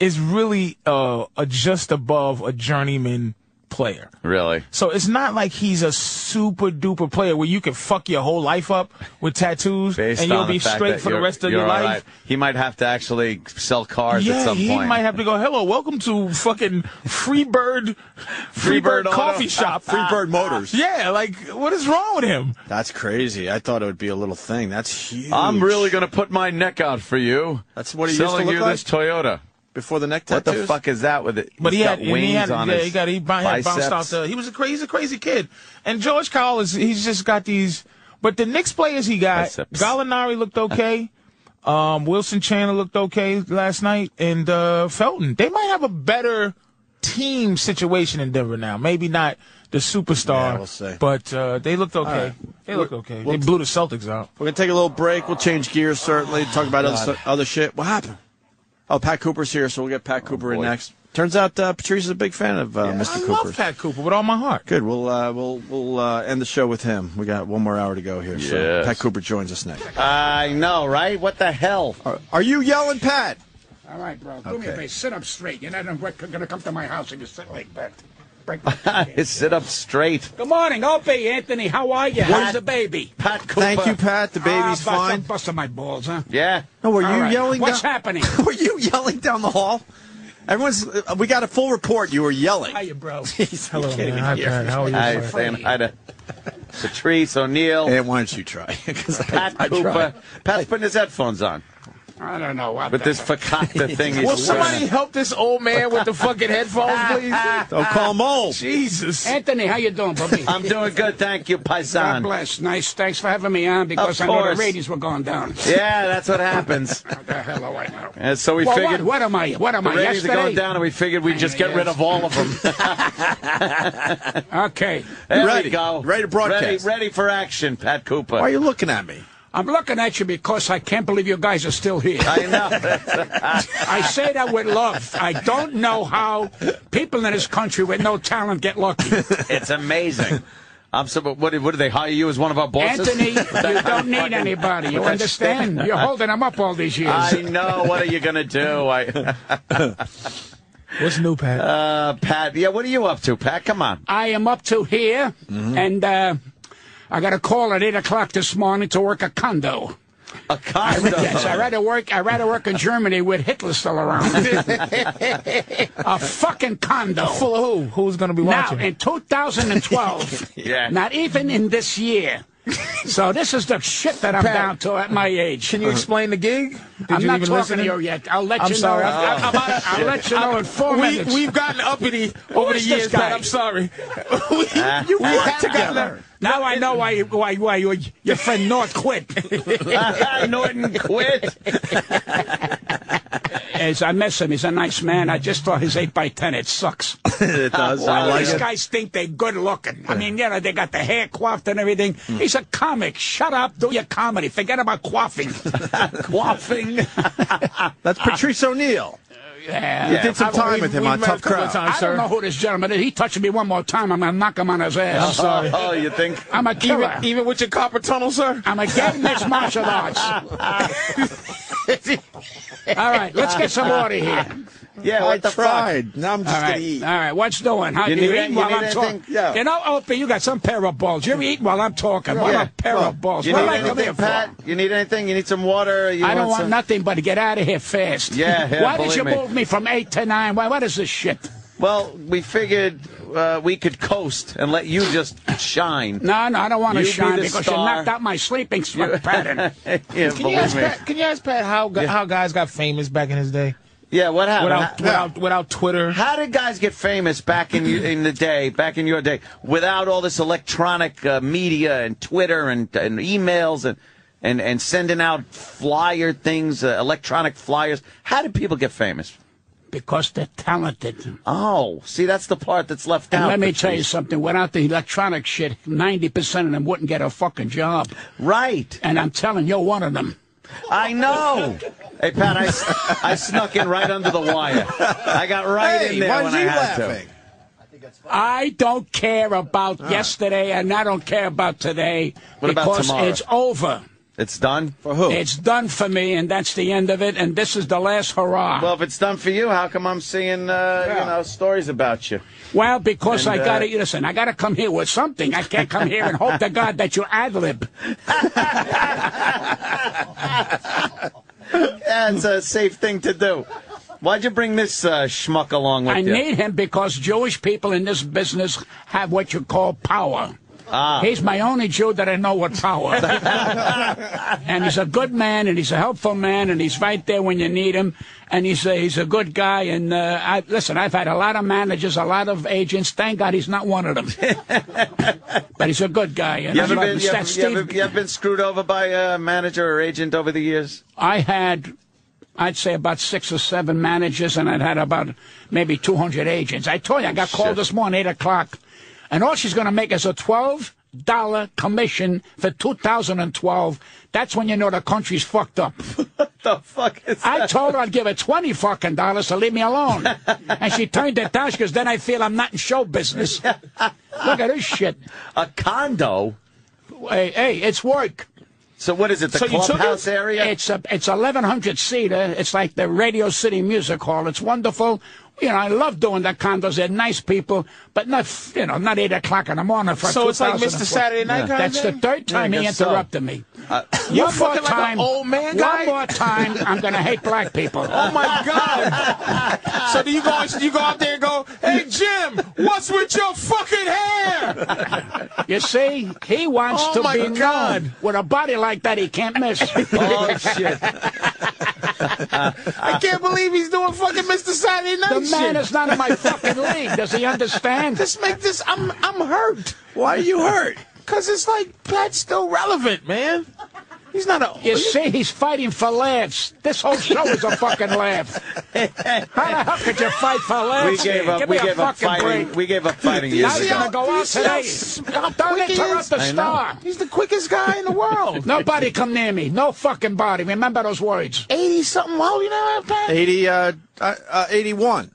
is really uh, a just above a journeyman player. Really? So it's not like he's a super duper player where you can fuck your whole life up with tattoos Based and you'll on be the fact straight that for the you're- rest of you're your all life. right. He might have to actually sell cars Yeah, at some he point. might have to go. Hello, welcome to fucking Freebird, Freebird Freebird Auto. Ah, Coffee Shop. Free bird motors. Yeah, like what is wrong with him? That's crazy. I thought it would be a little thing. That's huge. I'm really gonna put my neck out for you. That's what he used to selling look you like? this Toyota. before the neck What tattoos. the fuck is that with it? But He's he had, got and wings he had, on yeah, his he got he, bou- had bounced biceps. off the. He was a crazy, crazy kid. And George Kyle is he's just got these. But the Knicks players he got, Biceps. Gallinari looked okay. um, Wilson Chandler looked okay last night, and uh, Felton. They might have a better team situation in Denver now. Maybe not the superstar, Yeah, we'll see. but uh, they looked okay. They looked okay. they blew the Celtics out. We're gonna take a little break. We'll change gears certainly. Talk about other stu- other shit. What happened? Oh, Pat Cooper's here, so we'll get Pat Cooper in Oh, boy. next. Turns out uh, Patrice is a big fan of uh, Mr. I Cooper. love Pat Cooper with all my heart. Good. We'll uh, we'll we'll uh, end the show with him. We got one more hour to go here. So Yes. Pat Cooper joins us next. I know, right? What the hell? Are, are you yelling, Pat? All right, bro. Do me a Okay. favor. Sit up straight. You're not going to come to my house if you sit like that. Break my Sit up straight. Good morning, Opie, Anthony. How are you? How's the baby? Pat Cooper. Thank you, Pat. The baby's ah, bust- fine. Busting my balls, huh? Yeah. No, were All you right. yelling? What's down- happening? were you yelling down the hall? Everyone's. Uh, we got a full report. You were yelling. How you, bro? Hello, man. Hi, Pat. How are you? Hi, sir? Sam. Hi to Patrice O'Neill. And why don't you try? 'Cause I- Pat I tried. Cooper. Pat's putting his headphones on. I don't know what. But the this heck. fakakta thing is. Will somebody worse. help this old man with the fucking headphones, please? Don't call him old. Jesus. Anthony, how you doing, buddy? I'm doing good, thank you, God Paisan. bless. Nice. Thanks for having me on because I Of know the course. ratings were going down. Yeah, that's what happens. What the hell do I know? And so we Well, figured what, what am I? What am the I? ratings are Yesterday? going down, and we figured we'd just get rid of all of them. Okay. There Ready. we go. Ready to broadcast. Ready, ready for action, Pat Cooper. Why are you looking at me? I'm looking at you because I can't believe you guys are still here. I know. I say that with love. I don't know how people in this country with no talent get lucky. It's amazing. I'm so. but What, did- what did they hire you as one of our bosses? Anthony, you don't need anybody. You understand? You're holding them up all these years. I know. What are you gonna do? I, What's new, Pat? uh, Pat. Yeah. What are you up to, Pat? Come on. I am up to here, Mm-hmm. and uh, I got a call at eight o'clock this morning to work a condo. A condo. Yes, I rather work. I rather work in Germany with Hitler still around. a fucking condo. Full of who? Who's going to be watching? Now, in 2012, Yeah. not even in this year. so this is the shit that I'm down to at my age. Can you Uh-huh. explain the gig? Did I'm you not even talking listen to you yet. I'll let I'm you sorry. know. I- I- I'll, I'll, I'll let you know in four we, minutes. We've gotten uppity over the is this years, Pat. guy? I'm sorry. we, you we have gotten now I know why why why your, your friend North quit. Norton quit. As I miss him, he's a nice man. I just saw his eight by ten. It sucks. It does. Why I do like these it. guys think they're good looking? I mean, you know, they got the hair coiffed and everything. He's a comic. Shut up, do your comedy. Forget about quaffing. Quaffing. That's Patrice O'Neill. Yeah. You did some I've- time we've- with him we've on met a Tough couple of Crowd. times. I sir. don't know who this gentleman is. He touches me one more time, I'm gonna knock him on his ass. Oh, you think? I'm a killer. Even, even with your copper tunnel, sir? I'm a gay mixed martial arts. All right, let's get some order here. I Yeah. What the fuck? tried. Now I'm just All gonna right, eat. all right. What's doing? How You you, need eating any- while you I'm need talking? anything? Yeah. You know, Opie, you got some pair of balls. You're eating while I'm talking. What Yeah. a pair Well, of balls. You What need am I come here anything, for? Pat? You need anything? You need some water? You I don't want some... nothing but to get out of here fast. Yeah, yeah, Why did believe you me. move me from eight to nine? Why? What is this shit? Well, we figured uh, we could coast and let you just shine. No, no, I don't want You to be shine the because you star. knocked out my sleeping pattern. yeah, Can you, ask believe me. Pat, can you ask Pat how gu- how guys got famous back in his day Yeah, what happened? without How- without without Twitter? Uh-huh. How did guys get famous back in in the day, back in your day, without all this electronic uh, media and Twitter and, and emails and, and, and sending out flyer things, uh, electronic flyers? How did people get famous? because they're talented. Oh, see, that's the part that's left And out. let me Patrice. tell you something. Without the electronic shit, 90% of them wouldn't get a fucking job. Right. And I'm telling you, one of them. I know. Hey, Pat, I, s- I snuck in right under the wire. I got right Hey, in there why when is I he had laughing? to. I don't care about yesterday and I don't care about today Ah. What about because tomorrow? it's over. It's done. For who? It's done for me and that's the end of it and this is the last hurrah. Well, Well, if it's done for you, how come I'm seeing uh, you know stories about you? because and, I uh, got to listen, I got to come here with something. I can't come here and hope to God that you ad-lib. That's a safe thing to do. Why'd you bring this uh, schmuck along with I you? need him because Jewish people in this business have what you call power. Ah. He's my only Jew that I know with power. and he's a good man, and he's a helpful man, and he's right there when you need him. And he's a, he's a good guy. And uh, I, listen, I've had a lot of managers, a lot of agents. Thank God he's not one of them. but he's a good guy. And you I ever, love been, him. you, That ever, you, Steve- ever, you ever been screwed over by a manager or agent over the years? I had, I'd say about six or seven managers, and I'd had about maybe 200 agents. I told you, I got called this morning, 8 o'clock, and all she's going to make is a 12 dollar commission for 2012 that's when you know the country's fucked up The fuck is i told her i'd give her 20 fucking dollars to leave me alone and she turned it down because then i feel i'm not in show business look at this shit a condo? hey hey it's work So what is it? The So you took clubhouse it? area? It's a it's eleven hundred seater. It's like the Radio City Music Hall. It's wonderful. You know, I love doing the condos. They're nice people, but not you know not eight o'clock in the morning for. So it's like Mr. 2004. Saturday Night kind of That's the thing? third Yeah, I time he guess so. interrupted me. you one more Uh, fucking like an time, old man guy? One more time, I'm gonna hate black people. Oh my God! so do you go you go out there and go, "Hey Jim, what's with your fucking hair?" You see, he wants Oh to my be God. known. With a body like that, he can't miss. oh shit! I can't believe he's doing fucking Mr. Saturday Night The shit. man is not in my fucking league. Does he understand? Just make this. I'm I'm hurt. Why are you hurt? Cause it's like Pat's still relevant, man. He's not a. You see, he's fighting for laughs. This whole show is a fucking laugh. How the hell could you fight for We laughs? gave up. Give we me gave a up fucking fighting. break. We gave up fighting Now years you're gonna ago. go out He's today. just- Don't interrupt the I know. star. He's the quickest guy in the world. Nobody come near me. No fucking body. Remember those words. 80 something. Well, you know that, Pat? 80, uh, uh, uh, 81.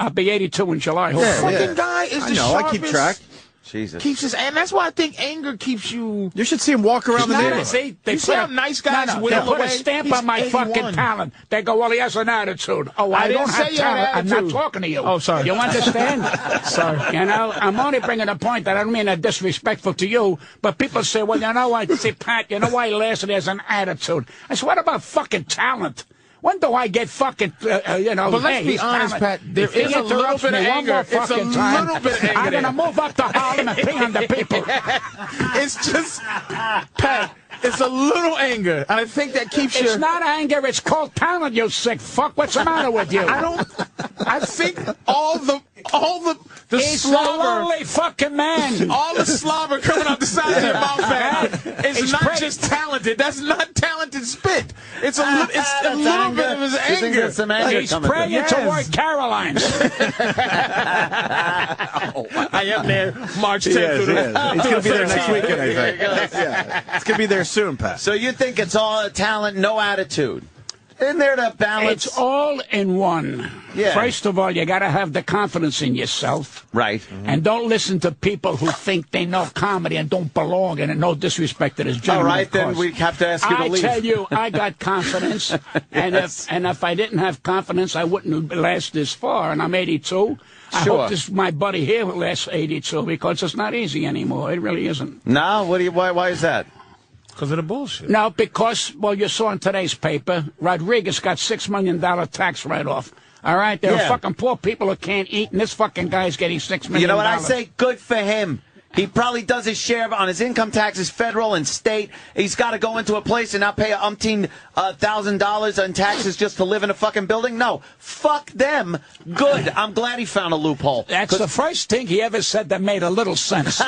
I'll be 82 in July. Yeah, hopefully. Fucking yeah. guy is I the know, I keep sharpest- track. Jesus. Keeps his, and that's why I think anger keeps you. You should see him walk around the He's not neighborhood. as easy. You see how nice guys no, no, whittle They put away? a stamp He's on my 81. fucking talent. They go, well, he has an attitude. Oh, I, I didn't don't have say you had talent. I'm not attitude. talking to you. Oh, sorry. You understand? sorry. You know, I'm only bringing a point that I don't mean that disrespectful to you, but people say, well, you know, I see Pat, you know why Larson has an attitude. I said, what about fucking talent? When do I get fucking, uh, uh, you know? But let's hey, be he's honest, talented. Pat, there If he is a little interrupts bit me of one anger. More It's a fucking time, little bit of I'm anger gonna there. move up to Harlem and pee on the people. It's just, Pat, it's a little anger. And I think that keeps you. It's not anger. It's called talent. You sick fuck. What's the matter with you? I don't. I think all the all the the He's a slobber, lonely fucking man. all the slobber coming out the side of your mouth, man. It's He's not pretty. just talented. That's not talented spit. It's a li- it's a little bit of his You think anger. there's some anger He's coming praying from it? Yes. toward Caroline's. I am there, March He 10th. is, he through the- is. He's going to be there next weekend, I There think. you go. Yeah. It's going to be there soon, Pat. So you think it's all talent, no attitude? Isn't there to balance? It's all in one. Yeah. First of all, you got to have the confidence in yourself. Mm-hmm. Right. And don't listen to people who think they know comedy and don't belong in it. No disrespect to this All gentleman. right, of then course. we have to ask you to I leave. tell you, I got confidence, and if and if I didn't have confidence, I wouldn't have last this far. And I'm 82. I Sure. hope this my buddy here will last 82 because it's not easy anymore. It really isn't. No, what do you? Why? Why is that? Because of the bullshit. No, because well, you saw in today's paper, Rodriguez got six million dollar tax write off. All right, there Yeah. are fucking poor people who can't eat, and this fucking guy's getting six million. You know what I dollars. say? Good for him. He probably does his share on his income taxes, federal and state. He's got to go into a place and not pay a umpteen uh, thousand dollars on taxes just to live in a fucking building. No, fuck them. Good. I'm glad he found a loophole. That's the first thing he ever said that made a little sense.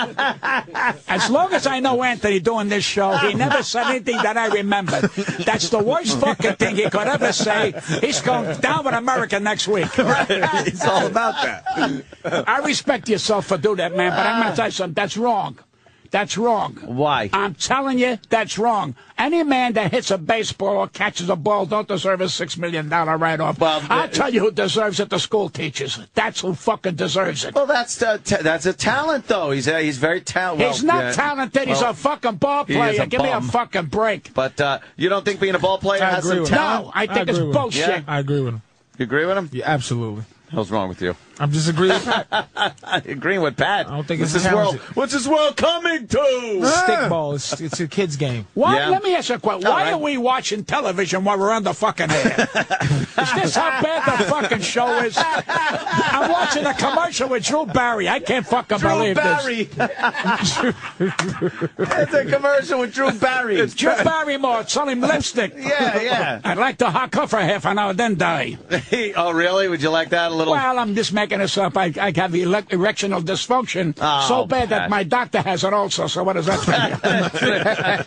as long as I know Anthony doing this show, he never said anything that I remembered. That's the worst fucking thing he could ever say. He's going down with America next week. It's all about that. I respect yourself for doing that, man, but I'm going to tell you something. That's wrong. That's wrong. Why? I'm telling you, that's wrong. Any man that hits a baseball or catches a ball don't deserve a $6 million write-off. Well, I'll the- tell you who deserves it, the school teachers. That's who fucking deserves it. Well, that's uh, ta that's a talent though. He's uh, he's very talented. He's not talented. He's a fucking ball he is player. a Give me a bum. fucking break. But uh, you don't think being a ball player I has agree some with talent? No, I think it's agree with him. bullshit. Yeah. I agree with him. You agree with him? Yeah, absolutely. What's wrong with you? I'm disagreeing with Pat. agreeing with Pat. I don't think What's it's this world. talented. What's this world coming to? Stickball. It's, it's a kid's game. Why? Yeah. Let me ask you a question. Why right. are we watching television while we're on the fucking air? is this how bad the fucking show is? I'm watching a commercial with Drew Barry. I can't fucking Drew believe this. Barry. That's a commercial with Drew Barry. Drew Barrymore selling lipstick. yeah, yeah. I'd like to hock her for half an hour, then die. Hey, oh, really? Would you like that a little? Well, I'm just making this up. I, I have elec erectional dysfunction Oh, so Pat. bad that my doctor has it also. So what does that tell you?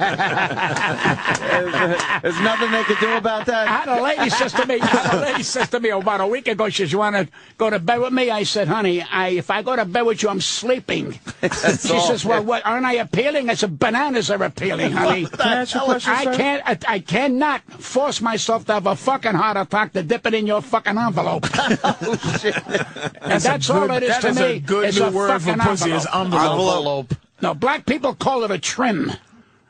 There's nothing they could do about I that. had a lady says to me, I had a lady says to me about a week ago, she says, you want to go to bed with me? I said, honey, I, if I go to bed with you, I'm sleeping. That's she all. says, well, what, aren't I appealing? I said, bananas are appealing, honey. Can I ask you a question, I sir? can't, I, I cannot force myself to have a fucking heart attack to dip it in your fucking envelope. Oh, and that's all it is That to is me. a good it's new a word for fucking pussy is envelope. envelope. Envelope. No, black people call it a trim.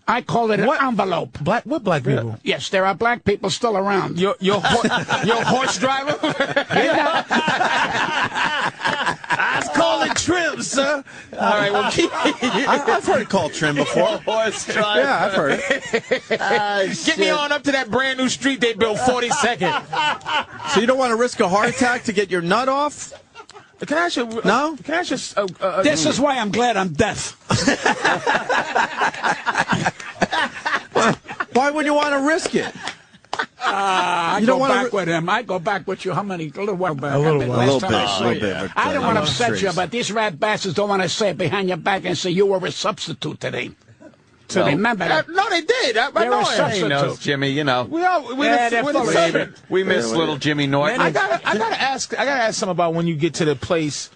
I call it an What? envelope. Black, what black people? Yes, there are black people still around. Your your ho- your horse driver? You're not- That's called a trim, sir. All right, well keep Oh, I, I've heard it called trim before. Horse driver. Yeah, I've heard it. get Uh, me on up to that brand new street they built 42nd. So you don't want to risk a heart attack to get your nut off? Can I ask you? No? Can I ask you? Uh, uh, This is why I'm glad I'm deaf. Why would you want to risk it? I You go don't wanna back re- with him. I go back with you. How many? A little while back. A little I bet while. A last little time bit, I a saw little you. bit. But, I don't uh, want to I'm upset you, serious. but these rat bastards don't want to say it behind your back and say you were a substitute today. So remember Uh, that. no, they did. I, I They know were it. subs- He knows, Jimmy, you know. We all we Yeah, yeah, they're the, we full of the shit. We miss little Jimmy Norton. I gotta, I gotta ask, I gotta ask something about when you get to the place.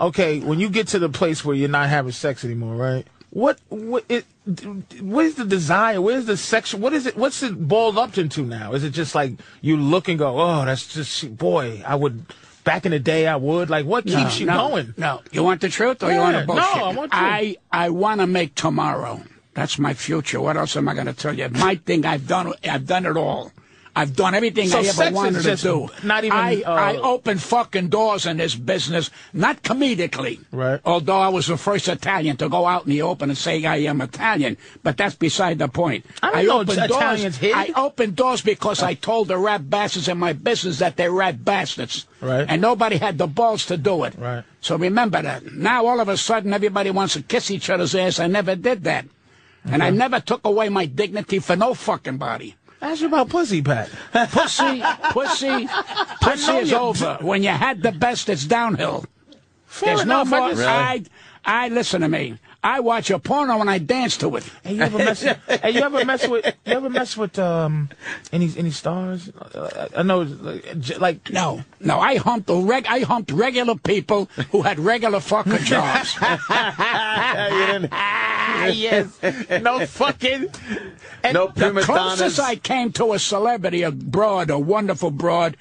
Okay, when you get to the place where you're not having sex anymore, right? What, what, it, where's the desire? Where's the sexual? What is it? What's it boiled up into now? Is it just like you look and go, oh, that's just boy, I would. Back in the day, I would. Like, what No, keeps you no, going? No, you want the truth or you Yeah, want to no, bullshit? I want I, I want to make tomorrow. That's my future. What else am I going to tell you? My thing, I've done. I've done it all. I've done everything So I ever sex is wanted just to do. not even, I, uh, I opened fucking doors in this business, not comedically. Right. Although I was the first Italian to go out in the open and say I am Italian, but that's beside the point. I don't know opened Italians hid. doors. I opened doors because I told the rat bastards in my business that they're rat bastards. Right. And nobody had the balls to do it. Right. So remember that. Now all of a sudden everybody wants to kiss each other's ass. I never did that. And I never took away my dignity for no fucking body. Ask you about pussy, Pat. Pussy, pussy, pussy know is you- over. When you had the best, it's downhill. Fair There's enough. no I more. just- I, I listen to me. I watch a porno and I dance to it. Hey, you ever mess? hey, you ever mess with? You ever mess with um, any any stars? Uh, I I know, like, j- like No, no. I humped the reg. I humped regular people who had regular fucking jobs. Ah, yes, no fucking. no prima closest donnas. I came to a celebrity, a broad, a wonderful broad,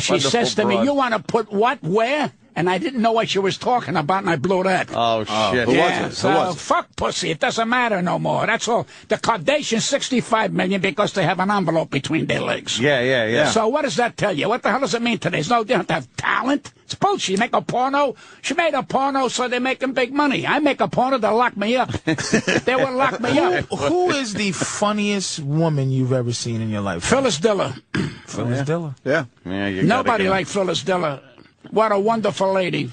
she wonderful says to me, broad. "You want to put what where?" And I didn't know what she was talking about, and I blew that. oh, shit. Ah, who yeah, was it? so Who was it? fuck pussy. It doesn't matter no more. That's all. The Kardashians, sixty-five million, because they have an envelope between their legs. Yeah, yeah, yeah. So what does that tell you? What the hell does it mean today? There's no they don't have talent. It's bullshit. You make a porno. She made a porno, so they're making big money. I make a porno, they'll lock me up. they will lock me up. Who is the funniest woman you've ever seen in your life? Phyllis Diller. Phyllis Diller. Yeah. Yeah, you gotta Nobody get- like Phyllis Diller. What a wonderful lady.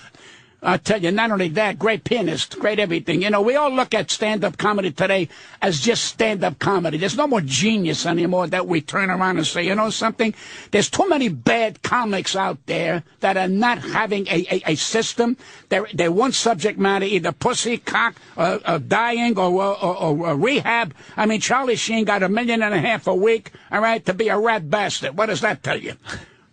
I tell you, not only that, great pianist, great everything. You know, we all look at stand up comedy today as just stand up comedy. There's no more genius anymore that we turn around and say, you know something? There's too many bad comics out there that are not having a, a, a system. They're, they're one subject matter, either pussy, cock, uh, uh, dying, or, or, or, or rehab. I mean, Charlie Sheen got a million and a half a week, all right, to be a rat bastard. What does that tell you?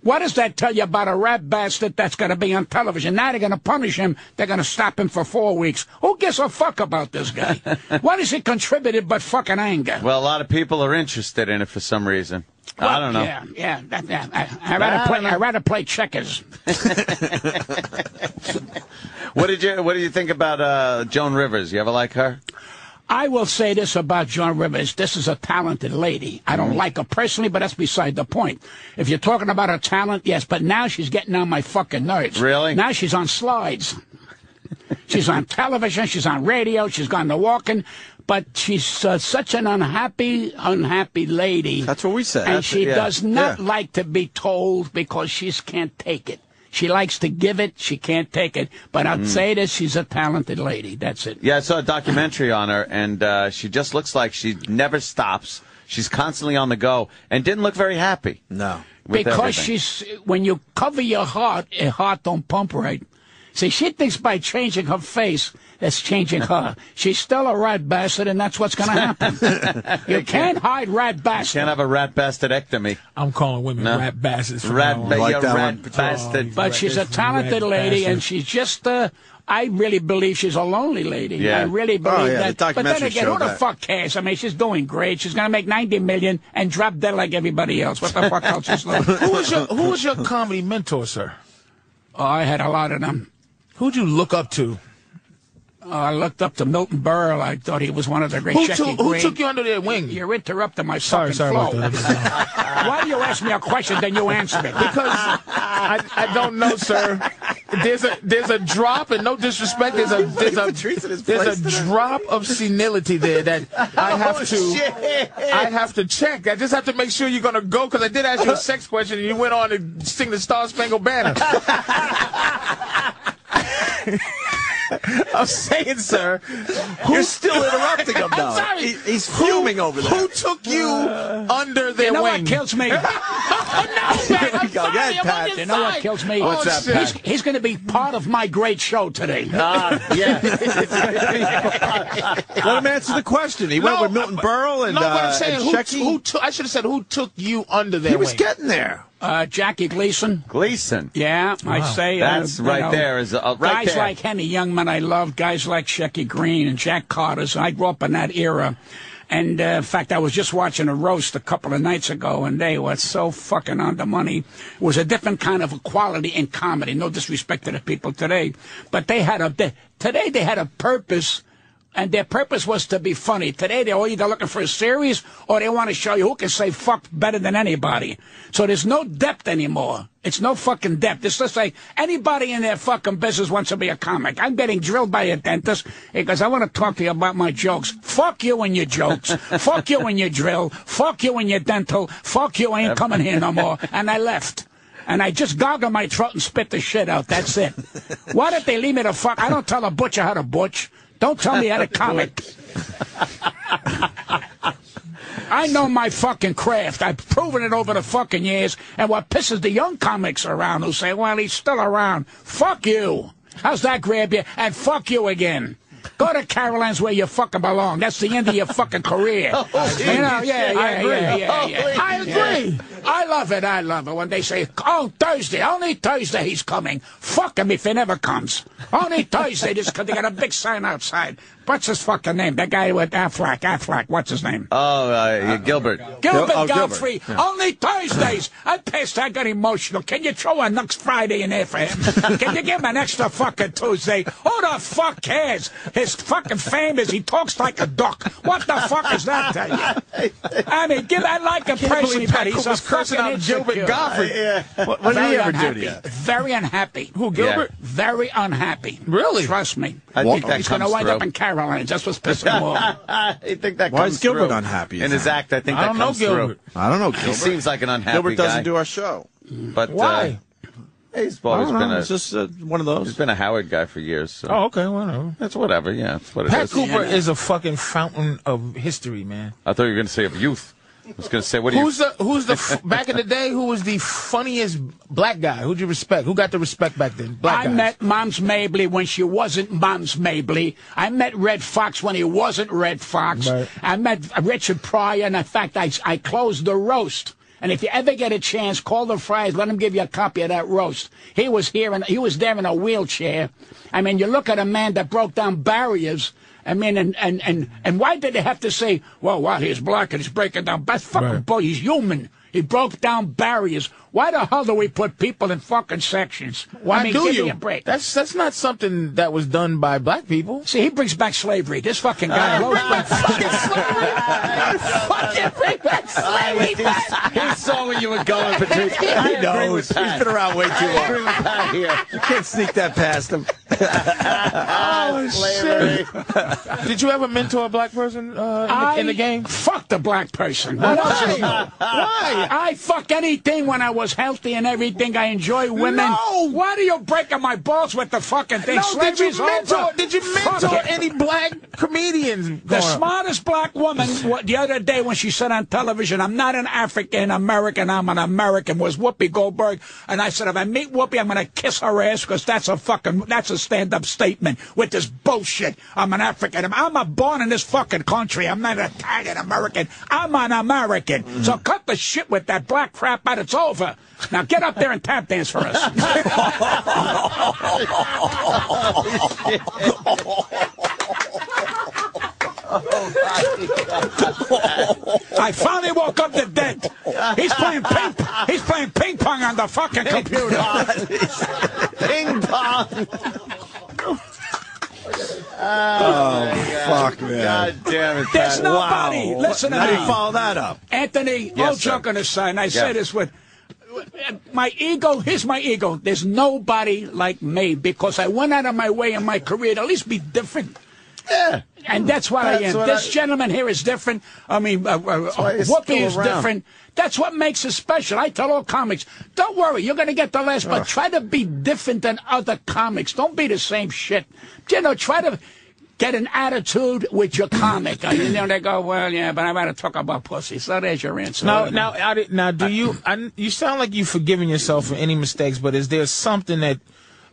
What does that tell you about a rat bastard that's going to be on television? Now they're going to punish him. They're going to stop him for four weeks. Who gives a fuck about this guy? what has he contributed but fucking anger? Well, a lot of people are interested in it for some reason. I don't know. Yeah, yeah. That, that, I, I rather play. I rather play checkers. What did you What do you think about uh, Joan Rivers? You ever like her? I will say this about Joan Rivers. This is a talented lady. I Mm-hmm. don't like her personally, but that's beside the point. If you're talking about her talent, yes, but now she's getting on my fucking nerves. Really? Now she's on slides. she's on television. She's on radio. She's gone to walking. But she's uh, such an unhappy, unhappy lady. That's what we said. And That's- she yeah, does not yeah. like to be told because she can't take it. She likes to give it. She can't take it. But Mm. I'll say this: she's a talented lady. That's it. Yeah, I saw a documentary on her, and uh, she just looks like she never stops. She's constantly on the go, and didn't look very happy. No. with because everything. she's when you cover your heart, your heart don't pump right. See, she thinks by changing her face, that's changing her. She's still a rat bastard, and that's what's going to happen. you can't hide rat bastard. can't have a rat bastardectomy. I'm calling women rat bastards. from Rat, now ba- on. like yeah, that rat one. bastard. but she's a Rat talented lady, bastard. and she's just. Uh, I really believe she's a lonely lady. Yeah. I really believe yeah, the that. but then documentary again, who showed the that. fuck cares? I mean, she's doing great. She's going to make ninety million and drop dead like everybody else. What the fuck else is left? who was your Who was your comedy mentor, sir? Oh, I had a lot of them. Who'd you look up to? I looked up to Milton Berle. I thought he was one of the great. Who, Jackie took who Green. took you under their wing? You're interrupting my Sorry, fucking sorry about flow. Why do you ask me a question then you answer it? because I, I don't know, sir. There's a there's a drop, and no disrespect, there's a there's a there's a drop of senility there that I have to I have to check. I just have to make sure you're gonna go because I did ask you a sex question, and you went on to sing the Star Spangled Banner. I'm saying, sir, You're still interrupting him, though. I'm sorry. He- he's fuming over there. Who took you under their You know wing? what kills me? no, Pat, we I'm go. sorry, Go ahead, I'm on Pat. your You side. know what kills me? What's oh, that, shit. He's, Pat? he's going to be part of my great show today. Ah, yeah. Let him answer the question. He went No, with Milton but- Berle and, no, but uh, I'm saying and who, Shecky. who took? I should have said who took you under their he was wing. getting there. Uh, Jackie Gleason. Gleason. Yeah, I say uh, That's right you know, there is, uh, right guys there. like Henny Youngman I love, guys like Shecky Green and Jack Carter's. I grew up in that era. And uh, in fact, I was just watching a roast a couple of nights ago, and they were so fucking on the money. It was a different kind of quality in comedy. No disrespect to the people today, but they had a they, today they had a purpose, and their purpose was to be funny. Today they're all either looking for a series or they want to show you who can say fuck better than anybody. So there's no depth anymore. It's no fucking depth. It's just like anybody in their fucking business wants to be a comic. I'm getting drilled by a dentist because I want to talk to you about my jokes. Fuck you and your jokes. fuck you and your drill. Fuck you and your dental. Fuck you. I ain't coming here no more. And I left. And I just goggle my throat and spit the shit out. That's it. Why did they leave me to fuck? I don't tell a butcher how to butch. Don't tell me how to comic. I know my fucking craft. I've proven it over the fucking years. And what pisses the young comics around who say, well, he's still around. Fuck you. How's that grab you? And fuck you again. Go to Caroline's where you fucking belong. That's the end of your fucking career. you know, yeah, yeah, yeah, yeah, yeah, I agree. I love it. I love it when they say, "Oh, Thursday, only Thursday he's coming." Fuck him if he never comes. Only Thursday, just 'cause they got a big sign outside. What's his fucking name? That guy with Affleck. Affleck. What's his name? Oh, uh, Gilbert. Gilbert Gil- oh, Godfrey, only Thursdays. I'm pissed. I got emotional. Can you throw a next Friday in there for him? Can you give him an extra fucking Tuesday? Who the fuck cares? His fucking fame is he talks like a duck. What the fuck is that to you? I mean, give I like a person, but he's a was cursing fucking out Gilbert insecure. Uh, Godfrey. What, what did Very he ever do unhappy. to you? Very unhappy. Who Gilbert? Very unhappy. Really? Trust me. I think that he's going to comes wind through. up in Caroline's. That's what's pissing him off. I think that Why comes is Gilbert through. unhappy, you In his think? act, I think I that don't know comes Gilbert. I don't know, through. He Gilbert. seems like an unhappy Gilbert doesn't guy, do our show. but uh, Why? he's I always don't been know. a, It's just uh, one of he's those. been a Howard guy for years. So. Oh, okay, whatever. That's whatever. Yeah, that's what it is. Pat Cooper is a fucking fountain of history, man. I thought you were going to say of youth. I was going to say, what do you? Who's the who's the f- back in the day? Who was the funniest black guy? Who'd you respect? Who got the respect back then? Black I guys. met Moms Mabley when she wasn't Moms Mabley. I met Red Fox when he wasn't Red Fox. Right. I met Richard Pryor, and in fact, I, I closed the roast. And if you ever get a chance, call the Friars. Let them give you a copy of that roast. He was here, and he was there in a wheelchair. I mean, you look at a man that broke down barriers. I mean, and and and, and why did they have to say, "Well, wow, he's black and he's breaking down"? That's fucking Right. bull. He's human. He broke down barriers. Why the hell do we put people in fucking sections? Why I mean, do give you? me a break. That's that's not something that was done by black people. See, he brings back slavery. This fucking Uh, guy loves black fucking slavery. fucking bring back slavery back. he saw where you were going, Patrice. I He agree knows. with He's Pat. been around way too I long. agree with Pat here. You can't sneak that past him. Oh, shit. Did you ever mentor a black person uh, in, the, in the game? Fuck the black person. What else is new? Why? I fuck anything when I was healthy and everything. I enjoy women. No. Why are you breaking my balls with the fucking thing? No, did Slavery's you mentor? over. Did you Fuck mentor it. any black comedians? The growing up? smartest black woman wa- the other day when she said on television, I'm not an African American, I'm an American, was Whoopi Goldberg. And I said, if I meet Whoopi, I'm going to kiss her ass because that's a fucking, that's a stand up statement with this bullshit. I'm an African. I'm a born in this fucking country. I'm not an Italian American. I'm an American. So cut the shit with that black crap out. It's over. Now get up there and tap dance for us. I finally woke up to dead. He's playing ping, he's playing ping pong on the fucking computer. Ping pong. Fuck, man. God damn it, There's Pat. nobody. Listen to How do you me. follow that up? Anthony, Yes, all sir. joking aside, and I say this with my ego. Here's my ego. There's nobody like me because I went out of my way in my career to at least be different. And that's what I That's am. what this I- gentleman here is different. I mean, uh, uh, why he's Whoopi still is around. different. That's what makes us special. I tell all comics, don't worry, you're going to get the last, but try to be different than other comics. Don't be the same shit. You know, try to get an attitude with your comic. Uh, you know, they go, well, yeah, but I want to talk about pussy. So there's your answer. Now, now, I did- now, do you? I, you sound like you've forgiven yourself for any mistakes, but is there something that,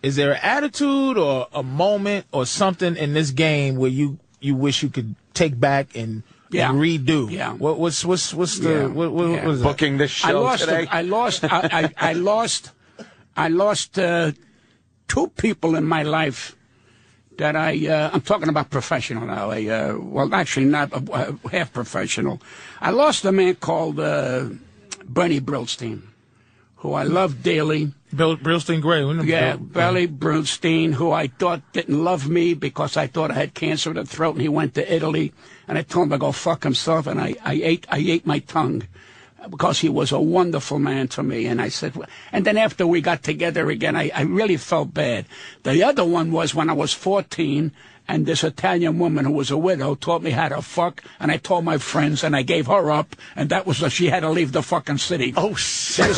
is there an attitude or a moment or something in this game where you you wish you could take back and, Yeah. and redo? Yeah. What, what's what's what's the Yeah. what, what, Yeah. what is that? Booking this I show lost, today. I lost, I, I, I lost, I lost uh, two people in my life that I, uh, I'm talking about professional now. I, uh, well, actually not uh, uh, half professional. I lost a man called uh, Bernie Brillstein, who I love dearly. Bill Brillstein Gray. wasn't it? Yeah, Bill- Barry Brunstein, who I thought didn't love me because I thought I had cancer of the throat, and he went to Italy, and I told him to go fuck himself, and I, I ate I ate my tongue because he was a wonderful man to me, and I said, and then after we got together again, I, I really felt bad. The other one was when I was 14. And this Italian woman who was a widow taught me how to fuck, and I told my friends, and I gave her up, and that was she had to leave the fucking city. oh There's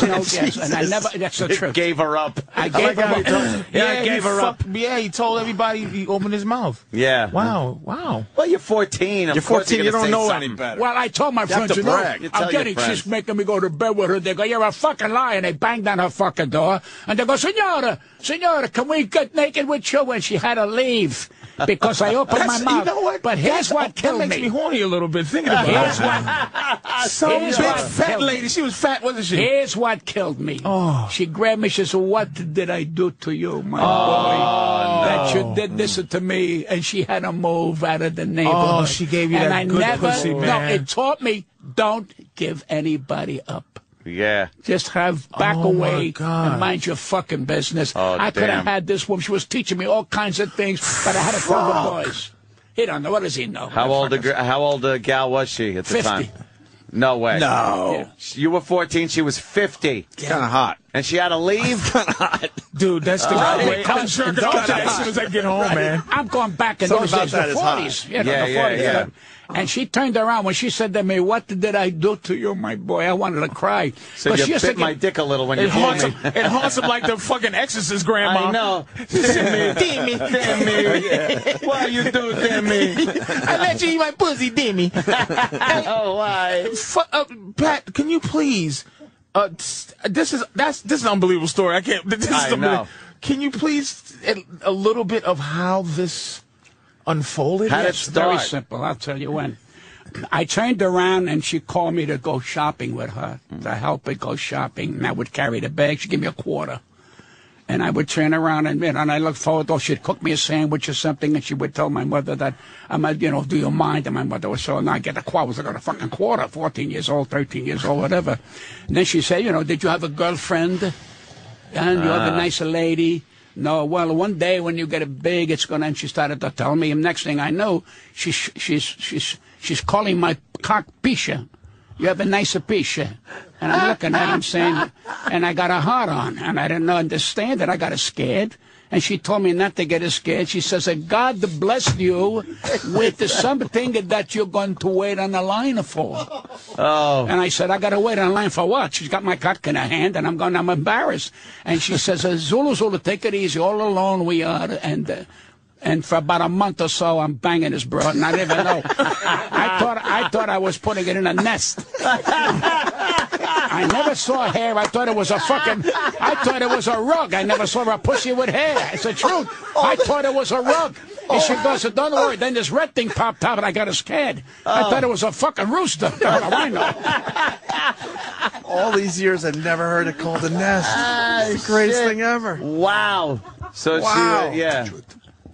shit! no guess, and I never. That's the truth. Gave her up. Oh I gave like her how up. he told- Yeah, I he gave her up. fucked- Yeah, he told everybody he opened his mouth. Yeah. Wow. Wow. Well, you're 14. Of You're course 14. You gonna don't say know something. any better. Well, I told my have friends, to you know, brag. You tell I'm your getting friends. she's making me go to bed with her. They go, you're a fucking liar. And they banged on her fucking door. And they go, Senora, Senora, can we get naked with you? And she had to leave because I opened my That's- mouth. you know what? But here's That what killed makes me horny a little bit thinking about Here's it. what, Some Here's big what fat killed me. lady. She was fat, wasn't she? here's what killed me. Oh. She grabbed me. She says, what did I do to you, my boy? That you did this to me. And she had to move out of the Oh, neighborhood. she gave you and that I good never, pussy, No, man. it taught me, don't give anybody up. Yeah. Just have back Oh, my away God. and mind your fucking business. Oh, I could have damn. had this woman. She was teaching me all kinds of things, but I had to tell the boys. He don't know. What does he know? How old a gr- how old a gal was she at the 50. time? No way. No. You were 14. She was 50, Kind of hot. and she had to leave. Dude, that's the right way. because- I'm jerking don't off you- as soon as I get home, man. I'm going back in Something those about days, that the is hot. 40s. You know, Yeah, the 40s. yeah, yeah. And she turned around when she said to me, "What did I do to you, my boy?" I wanted to cry. So But you she bit used to my get- dick a little when you It haunts told him. me. It haunts him like the fucking Exorcist grandma. I know. Timmy, Timmy, Timmy, why you do Timmy? I let you eat my pussy, Timmy. Oh, why? Fu- uh, Pat, can you please? Uh, s- this is that's this is an unbelievable story. I can't. This is I unbelievable. know. Can you please a, a little bit of how this unfolded? How did it Yes. start? Very simple. I'll tell you when. I turned around and she called me to go shopping with her, to help her go shopping. And I would carry the bag. She'd give me a quarter. And I would turn around and, you know, and I looked forward to She'd cook me a sandwich or something. And she would tell my mother that, I'm, a- you know, do you mind? And my mother was so, no, I get a quarter. I was like a fucking quarter, 14 years old, 13 years old, whatever. And then she said, you know, did you have a girlfriend? and you have a nicer lady. No, well, one day when you get it big, it's gonna. And she started to tell me, and next thing I know, she's she's she's she's calling my cock pisha. You have a nicer pisha, and I'm looking at him saying, and I got a heart on, and I didn't understand it. I got scared. And she told me not to get her scared. She says that God blessed you with the something that you're going to wait on the line for. Oh. And I said, I got to wait in line for what? She's got my cock in her hand, and I'm going, I'm embarrassed. And she says, uh, Zulu, Zulu, take it easy. All alone we are. And uh, and for about a month or so, I'm banging this broad, and I didn't even know. I thought I thought I was putting it in a nest. I never saw hair. I thought it was a fucking. I thought it was a rug. I never saw a pussy with hair. It's the truth. I thought it was a rug. And she goes, "Don't worry." Then this red thing popped out, and I got scared. I thought it was a fucking rooster. What do I know? All these years, I've never heard it called a nest. it's the greatest thing ever. Wow. So Wow. she, uh, yeah.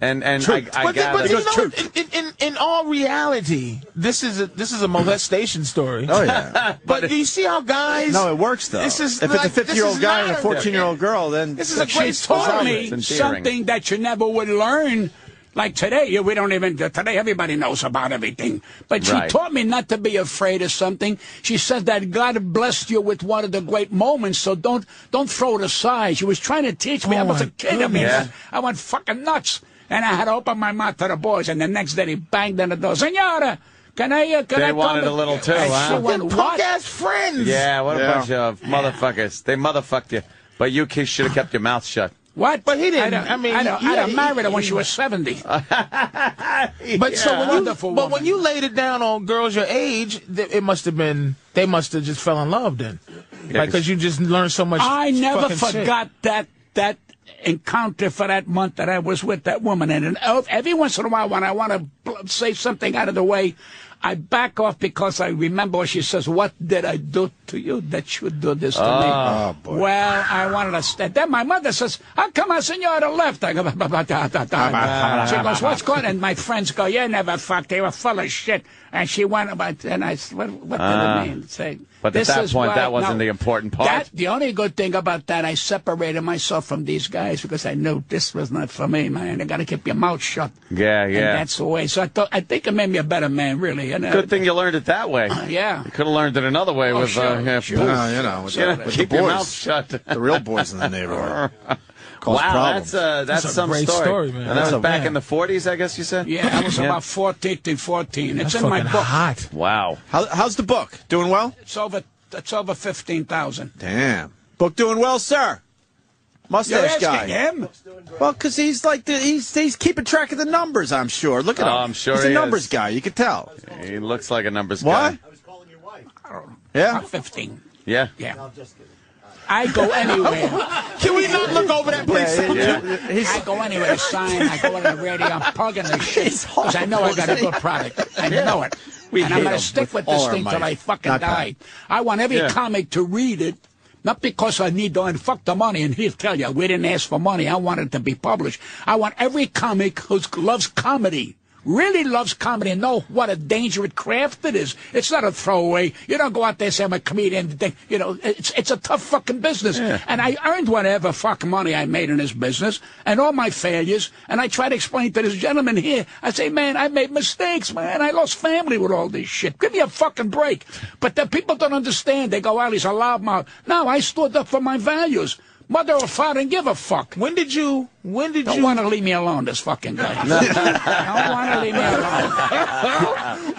And and I, I but, got but it. you know, in, in, in, in all reality, this is a this is a molestation story. Oh yeah. But do you see how guys? No, it works though. This is if like, it's a this 50 is year old guy and a not 14 year old girl, then This is a She great taught story. me It's endearing. something that you never would learn. Like today, you- we don't even, today everybody knows about everything. But she Right. taught me not to be afraid of something. She said that God blessed you with one of the great moments, so don't, don't throw it aside. She was trying to teach me. I Oh, was my a kid. I mean, goodness. I went fucking nuts. and I had to open my mouth to the boys. And the next day, he banged on the door, Senora, can I, uh, can They I wanted come? a little too, And huh? she went, Punk what? ass friends. Yeah, what a Yeah. bunch of motherfuckers. They motherfucked you, but you kids should have kept your mouth shut. What? But he didn't- I'd, I mean, I'd, he- I'd have he- married her when she was 70. But so when you, Wonderful but when woman. you laid it down on girls your age, th- it must have been they must have just fell in love then, like because you just learned so much. I never fucking shit. forgot that that encounter for that month that I was with that woman. And then ev- every once in a while, when I want to bl- say something out of the way, I back off because I remember what she says. What did I do to you that you do this to me? Ah, Oh, boy. Well, I wanted to stand. Then my mother says, "How come our senora left?" I go, "Bah, bah, bah, da, da, da." she goes, "What's going?" on?" And my friends go, "You never fucked. They were full of shit." And she went about, and I said, "What, what did it mean?" Say, Ah. But at this that is point, why- that wasn't no. the important part. That, the only good thing about that, I separated myself from these guys because I knew this was not for me, man. You got to keep your mouth shut. Yeah, And yeah. that's the way. So I thought, I think it made me a better man, really. And, uh, Good thing you learned it that way. Yeah. You could have learned it another way Oh, with sure, uh, yeah, sure. poof. Uh, you know, with You know, the, with keep the boys, your mouth shut. the real boys in the neighborhood. Cause wow, problems. that's uh, that's, That's a some great story. story, man. And that That's was a- back yeah. in the 40s, I guess you said. Yeah, I was about 14 to 14. It's That's in my fucking book. hot. Wow. How, how's the book? Doing well? It's over. It's over 15,000. Damn. Book doing well, sir. You're Mustache asking guy. him? Well, because he's like the, he's he's keeping track of the numbers. I'm sure. Look at Oh, him. I'm sure he's a he numbers is. guy. You can tell. He looks like a numbers Why? guy. Yeah. I'm 15. Yeah. Yeah. I go anywhere. Can we not look over that, please? I go anywhere to sign. I go on the radio. I'm plugging the shit because I know I got a good product. I know it. We and I'm hate gonna him with stick with all this our thing till might. I fucking Not die. I want every Yeah. comic to read it, not because I need to and fuck the money. And he'll tell you we didn't ask for money. I want it to be published. I want every comic who loves comedy. Really loves comedy and know what a dangerous craft it is. It's not a throwaway. You don't go out there and say I'm a comedian. and think- You know, it's it's a tough fucking business. And I earned whatever fucking money I made in this business and all my failures. And I try to explain to this gentleman here. I say, man, I made mistakes, man. I lost family with all this shit. Give me a fucking break. But the people don't understand. They go, well, he's a loudmouth. No, I stood up for my values. Mother or father, and give a fuck. When did you? When did Don't you? want to leave me alone, this fucking guy. don't want to leave me alone.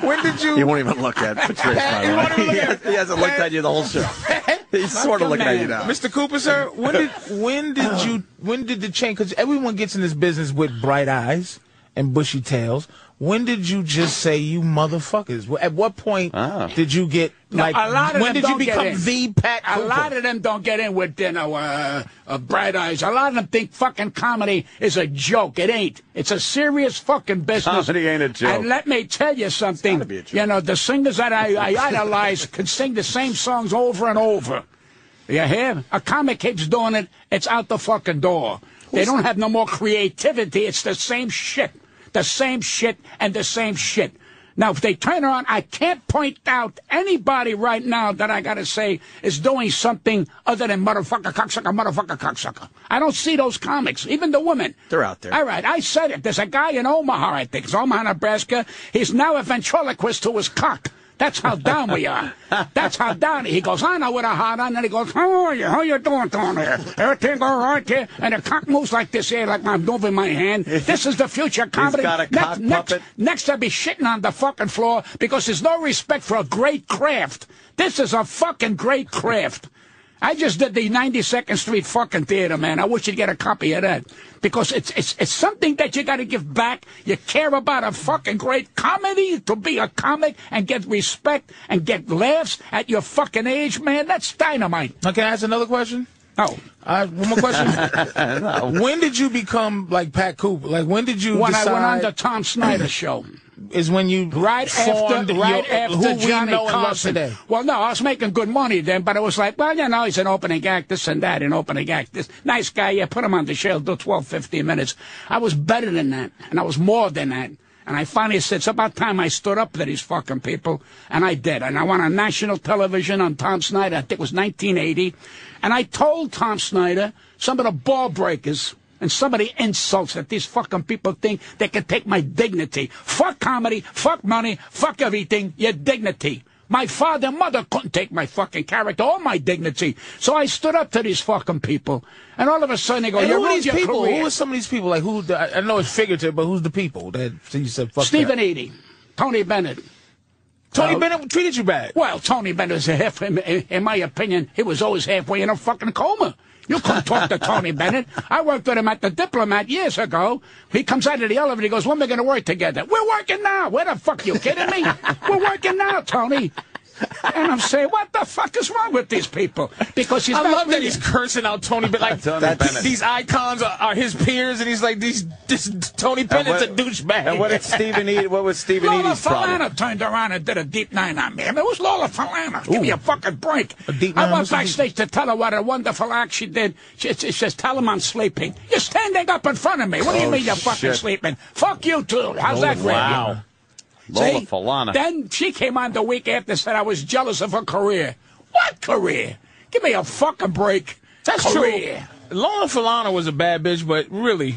when did you? He won't even look at pictures. He won't by the way. even look He, at has- he hasn't looked at you the whole show. He's sort of looking at you now. Mr. Cooper, sir, when did when did you when did the change? Because everyone gets in this business with bright eyes and bushy tails. When did you just say you motherfuckers? At what point did you get No, like? a lot of when did them you don't get become in. the Pat? A Cooper? lot of them don't get in with you know, uh, uh, bright eyes. A lot of them think fucking comedy is a joke. It ain't. It's a serious fucking business. Comedy ain't a joke. And let me tell you something. You know, the singers that I, I idolize can sing the same songs over and over. You hear? A comic keeps doing it. It's out the fucking door. They don't have no more creativity. It's the same shit, the same shit, and the same shit. Now, if they turn around, I can't point out anybody right now that I gotta say is doing something other than motherfucker cocksucker, motherfucker cocksucker. I don't see those comics, even the women. They're out there. All right, I said it. There's a guy in Omaha, I think, it's Omaha, Nebraska. He's now a ventriloquist to his cock. That's how down we are. That's how down he goes. I know with a hard on, and he goes, "How are you? How you doing down there? Everything all right there?" And the cock moves like this here, like I'm moving my hand. This is the future of comedy. got a next, cock next, puppet. next, I'll be shitting on the fucking floor because there's no respect for a great craft. This is a fucking great craft. I just did the 92nd Street fucking theater, man. I wish you'd get a copy of that because it's it's it's something that you got to give back. You care about a fucking great comedy to be a comic and get respect and get laughs at your fucking age, man. That's dynamite. Now, can I ask another question? Oh, Uh, one more question. When did you become like Pat Cooper? Like when did you when decide I went on the Tom Snyder show. is when you Right formed after, right your, after who Johnny we know and love Carson. today? Well, no, I was making good money then, but it was like, well, you know, he's an opening act, this and that, an opening act, this nice guy. Yeah, put him on the show, do 12, 15 minutes. I was better than that, and I was more than that. And I finally said, it's about time I stood up to these fucking people, and I did. And I went on national television on Tom Snyder. I think it was 1980, and I told Tom Snyder some of the ball breakers. And somebody insults that these fucking people think they can take my dignity. Fuck comedy, fuck money, fuck everything, your dignity. My father and mother couldn't take my fucking character or my dignity. So I stood up to these fucking people. And all of a sudden they go, And you who are ruined these your people? career. Who are some of these people? Like who? the- I I know it's figurative, but who's the people that you said? Fuck Stephen that? Eady, Tony Bennett. Tony Uh, Bennett treated you bad. Well, Tony Bennett was a half, in, in my opinion, he was always halfway in a fucking coma. You couldn't talk to Tony Bennett. I worked with him at the Diplomat years ago. He comes out of the elevator. He goes, "When are we going to work together? We're working now. Where the fuck you kidding me? We're working now, Tony." And I'm saying, what the fuck is wrong with these people? Because he's I not love that really- he's cursing out Tony, but like Tony th- Bennett. these icons are, are his peers, and he's like these. This Tony Bennett's a douchebag. And what did Stephen E? Eady? What was Stephen Lola Eady's problem? Falana turned around and did a deep nine on me. I mean, it was Lola Falana. Give me a fucking break. deep I nine went was a deep- backstage to tell her what a wonderful act she did. She, she says, tell him I'm sleeping. You're standing up in front of me. What do you Oh, mean you're fucking shit. sleeping? Fuck you, too. Oh, How's that for Oh, Wow. you? Lola See? Falana. Then she came on the week after and said I was jealous of her career. What career? Give me a fucking break. That's career. true. Lola Falana was a bad bitch, but really,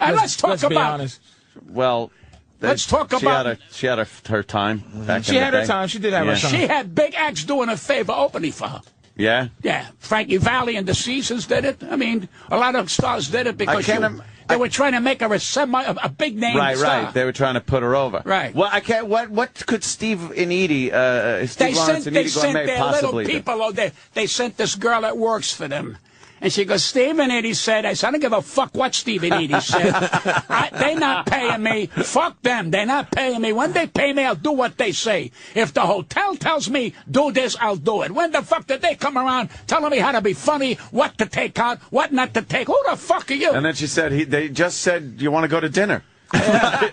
And let's, talk let's be about honest. Well, that- Let's talk she about- Had her, she had her, her time. Back She in had the her day. time. She did have Yeah. her time. she had big acts doing a favor opening for her. Yeah. Yeah, Frankie Valley and the Seasons did it. I mean, a lot of stars did it because can't you- im- they I- were trying to make her a semi, a, a big name Right, star. right. They were trying to put her over. Right. Well, I can't. What what could Steve and Edie, uh, Steve They Lawrence sent, and they Edie sent Gourmet their possibly? little people. Oh, they, they sent this girl that works for them. And she goes, Stephen Eady said, I said, I don't give a fuck what Stephen Eady said. I, they not paying me. Fuck them. They're not paying me. When they pay me, I'll do what they say. If the hotel tells me, do this, I'll do it. When the fuck did they come around telling me how to be funny, what to take out, what not to take? Who the fuck are you? And then she said, he, "They just said you want to go to dinner."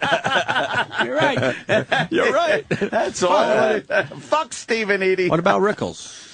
You're right. You're right. That's all. Fuck Steve and Edie. What about Rickles?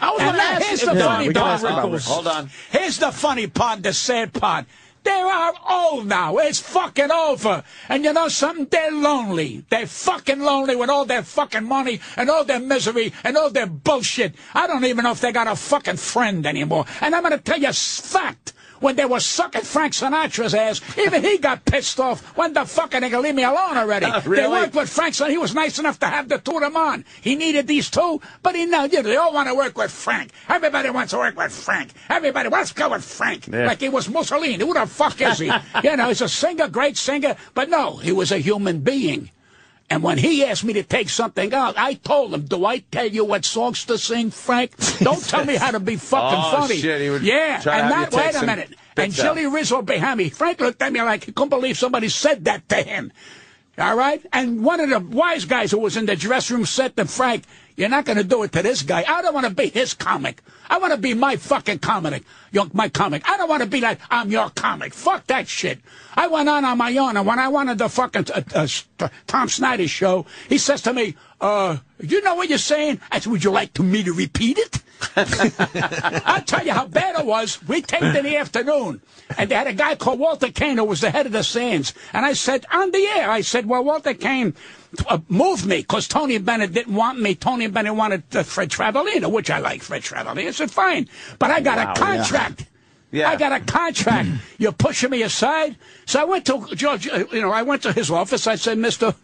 I was gonna ask here's you the that. funny We can part. ask about Rickles. Rickles. Hold on. Here's the funny part, the sad part. They are old now. It's fucking over. And you know something? They're lonely. They're fucking lonely with all their fucking money and all their misery and all their bullshit. I don't even know if they got a fucking friend anymore. And I'm going to tell you a s- fact. When they were sucking Frank Sinatra's ass, even he got pissed off when the fucking they can leave me alone already. They really? worked with Frank Sinatra. He was nice enough to have the two of them on. He needed these two, but he now, you know, they all want to work with Frank. Everybody wants to work with Frank. Everybody wants to go with Frank. Yeah. Like he was Mussolini. Who the fuck is he? you know, he's a singer, great singer, but no, he was a human being. And when he asked me to take something out, I told him, "Do I tell you what songs to sing, Frank? Don't tell me how to be fucking Oh, funny." shit, he would try yeah, to and have not you take wait a some minute. And bits out. Jilly Rizzo behind me, Frank looked at me like he couldn't believe somebody said that to him. All right, and one of the wise guys who was in the dress room said to Frank, "You're not going to do it to this guy. I don't want to be his comic. I want to be my fucking comic, your, my comic. I don't want to be like I'm your comic. Fuck that shit." I went on on my own, and when I wanted the fucking uh, uh, st- Tom Snyder show, he says to me, "Uh, you know what you're saying?" I said, "Would you like to me to repeat it?" I'll tell you how bad it was. We taped in the afternoon, and they had a guy called Walter Kane who was the head of the Sands. And I said, on the air, I said, well, Walter Kane uh, moved me because Tony Bennett didn't want me. Tony Bennett wanted uh, Fred Travelino, which I like Fred Travelino. I said, fine, but I got a contract. Yeah. I got a contract. You're pushing me aside. So I went to George. uh, You know, I went to his office. I said, Mister,